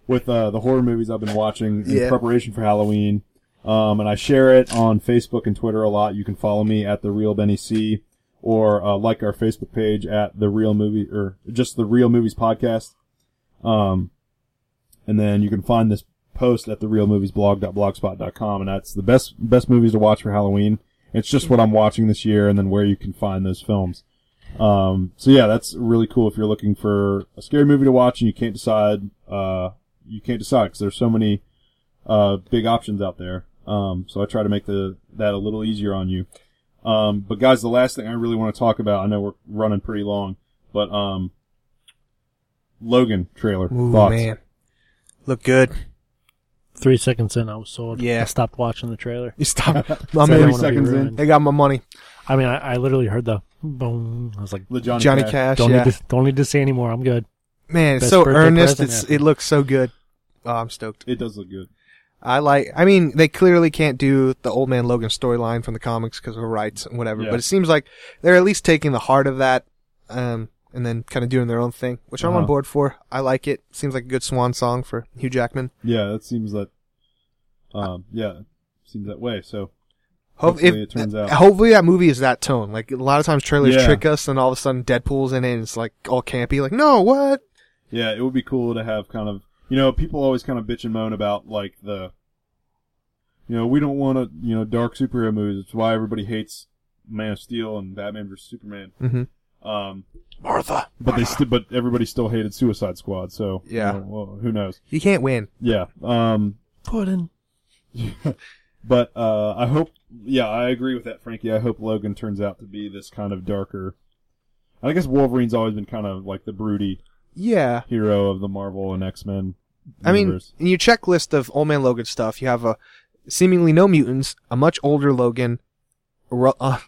With uh, the horror movies I've been watching in Yeah. preparation for Halloween. Um, and I share it on Facebook and Twitter a lot. You can follow me at the real Benny C, or uh, like our Facebook page at the real movie or just the real movies podcast. Um, and then you can find this post at the real movies blog.blogspot.com, and that's the best best movies to watch for Halloween. It's just what I'm watching this year, and then where you can find those films. Um, so yeah, that's really cool if you're looking for a scary movie to watch and you can't decide. Uh, you can't decide because there's so many uh, big options out there. Um, so I try to make the that a little easier on you. Um, but guys, the last thing I really want to talk about, I know we're running pretty long, but um, Logan trailer Ooh, thoughts. man. Look good. Three seconds in, I was sold. Yeah. I stopped watching the trailer. You stop. I'm Seven I don't Three in. wanna be seconds in. ruined. They got my money. I mean, I, I literally heard the boom. I was like, The Johnny, Johnny Cash. Cash, don't, yeah. need, to, don't need to see anymore. I'm good. Man, it's Best so birthday earnest. present It's ever. it looks so good. Oh, I'm stoked. It does look good. I like. I mean, they clearly can't do the old man Logan storyline from the comics because of rights and whatever. Yeah. But it seems like they're at least taking the heart of that, um, and then kind of doing their own thing, which I'm Uh-huh. on board for. I like it. Seems like a good swan song for Hugh Jackman. Yeah, that seems that. Um, yeah, seems that way. So Hope, Hopefully it turns out. Hopefully that movie is that tone. Like a lot of times trailers Yeah. trick us, and all of a sudden Deadpool's in it, and it's like all campy. Like no, what? Yeah, it would be cool to have kind of you know people always kind of bitch and moan about like the you know we don't want to you know dark superhero movies. It's why everybody hates Man of Steel and Batman vs Superman. Mm-hmm. Um, Martha. but they st- but everybody still hated Suicide Squad. So you Yeah. know, well, who knows? You can't win. Yeah. Um, Pudding. but uh, I hope yeah I agree with that, Frankie. I hope Logan turns out to be this kind of darker. I guess Wolverine's always been kind of like the broody Yeah. hero of the Marvel and X Men. I mean, in your checklist of Old Man Logan stuff, you have a seemingly no mutants, a much older Logan, a, re- uh,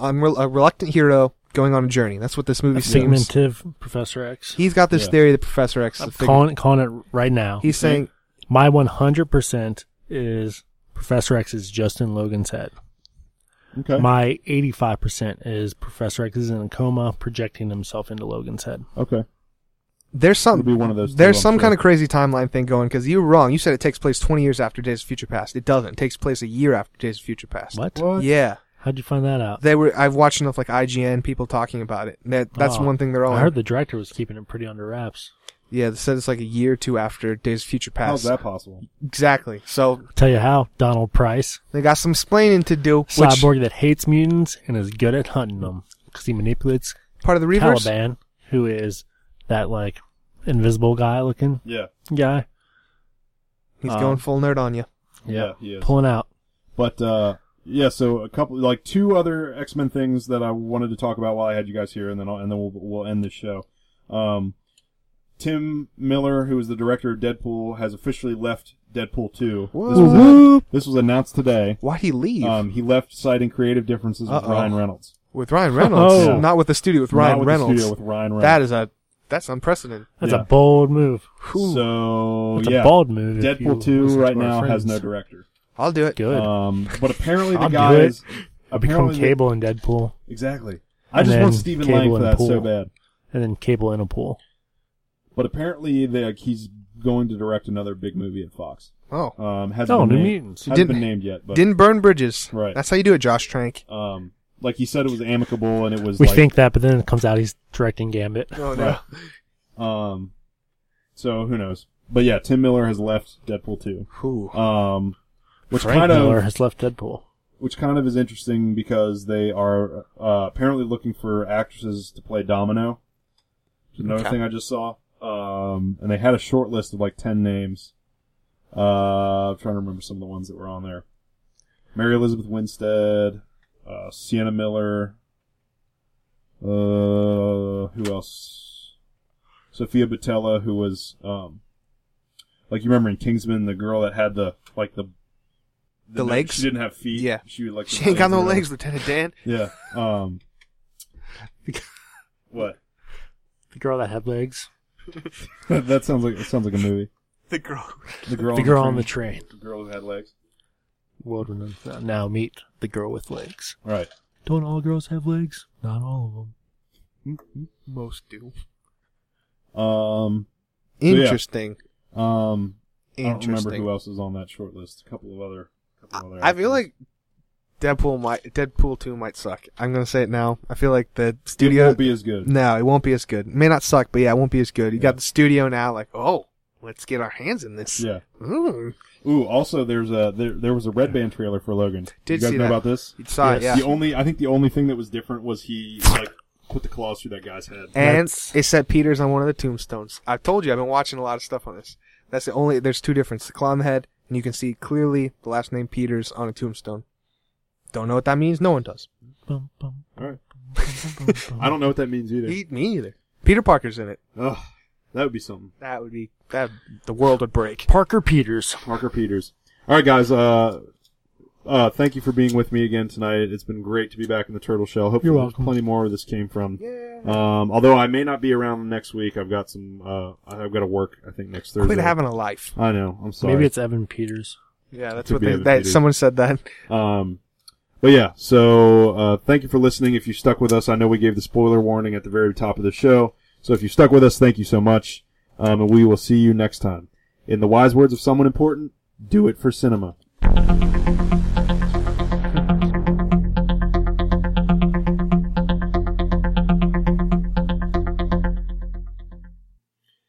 unre- a reluctant hero going on a journey. That's what this A movie seems. figmentive Professor X. He's got this Yeah. theory that Professor X is I'm a fig- calling it, calling it right now. He's saying, My 100% is Professor X is just in Logan's head. okay. My 85% is Professor X is in a coma, projecting himself into Logan's head. okay. there's It'll be some one of those. there's some kind of crazy timeline thing going because you're wrong. You said it takes place 20 years after Days of Future Past. It doesn't. It takes place a year after Days of Future Past. What? Yeah, How'd you find that out? they were. I've watched enough like IGN people talking about it. That that's Oh, one thing they're all. I heard the director was keeping it pretty under wraps. yeah, they said it's like a year or two after Days of Future Past. How's that possible? Exactly. So Tell you how, Donald Price, They got some splaining to do. Which cyborg that hates mutants and is good at hunting them because he manipulates part of the reverse? Taliban, who is that like invisible guy looking Yeah, guy. He's Um, going full nerd on you. yeah, he is. pulling out. But uh, yeah, so a couple, like two other X Men things that I wanted to talk about while I had you guys here, and then I'll, and then we'll we'll end this show. Um, Tim Miller, who is the director of Deadpool, has officially left Deadpool two. This was, this was announced today. Why'd he leave? Um, he left citing creative differences with Uh-oh. Ryan Reynolds. with Ryan Reynolds. Oh. Not with the studio, with Not Ryan with the Reynolds. studio, with Ryan Reynolds. that is a, that's unprecedented. That's Yeah. a bold move. so That's yeah. a bold move. if you Deadpool two listen to right our now has friends. no director. I'll do it. Good. Um, but apparently the I'll do guy it. is I become apparently the- Cable and Deadpool, Exactly. I And just then want Stephen Cable Lang for and that Poole. so bad. and then Cable in a pool. But apparently, like, he's going to direct another big movie at Fox. Oh, Um, hasn't Oh, been New named, Mutants. hasn't Didn't- been named yet, but didn't burn bridges. Right. That's how you do it, Josh Trank. um, like he said, it was amicable and it was We like, think that, but then it comes out he's directing Gambit. Oh no. Um, so who knows? But yeah, Tim Miller has left Deadpool two. Who? Um, which Frank kind Miller of has left Deadpool. which kind of is interesting because they are uh, apparently looking for actresses to play Domino. Which is Another Okay. thing I just saw. Um, and they had a short list of like ten names. Uh, I'm trying to remember some of the ones that were on there. Mary Elizabeth Winstead, uh, Sienna Miller. Uh, who else? Sophia Butella, who was um, like you remember in Kingsman, the girl that had the like the The legs? She didn't have feet. Yeah. she would like. She the ain't got no and all. legs, Lieutenant Dan. Yeah. Um. what? The girl that had legs. that sounds like it sounds like a movie. The girl. The girl. the girl on the train. the girl who had legs. Woodman now meet the girl with legs. Right. Don't all girls have legs? Not all of them. Most do. Um. yeah. Interesting. Um. I don't Interesting. remember who else was on that short list. A couple of other. Couple other I feel actors. like Deadpool might Deadpool two might suck. I'm gonna say it now. I feel like the it studio. won't be as good. no, it won't be as good. It may not suck, but yeah, it won't be as good. You Yeah. got the studio now, like oh, let's get our hands in this. Yeah. Mm. Ooh. Also, there's a there, there was a red band trailer for Logan. Did you guys see know that. about this? You saw it, Yes. The yeah. only I think the only thing that was different was he like put the claws through that guy's head. And That's- it said Peter's on one of the tombstones. I've told you, I've been watching a lot of stuff on this. That's the only. There's two differences: the clown head, and you can see clearly the last name Peter's on a tombstone. Don't know what that means. No one does. Bum, bum, All right. bum, bum, bum. I don't know what that means either. He, me either. Peter Parker's in it. Ugh, that would be something. That would be that. The world would break. Parker Peters. Parker Peters. All right, guys. Uh, uh, thank you for being with me again tonight. It's been great to be back in the turtle shell. Hopefully, You're there's welcome. plenty more where this came from. Yeah. Um, although I may not be around next week. I've got some. Uh, I've got to work. I think next Thursday. Quit having a life. I know. I'm sorry. Maybe it's Evan Peters. Yeah, that's Could what be they, Evan that Peters. someone said that. Um, but yeah, so uh, thank you for listening. If you stuck with us, I know we gave the spoiler warning at the very top of the show. So if you stuck with us, thank you so much. Um, and we will see you next time. In the wise words of someone important, do it for cinema.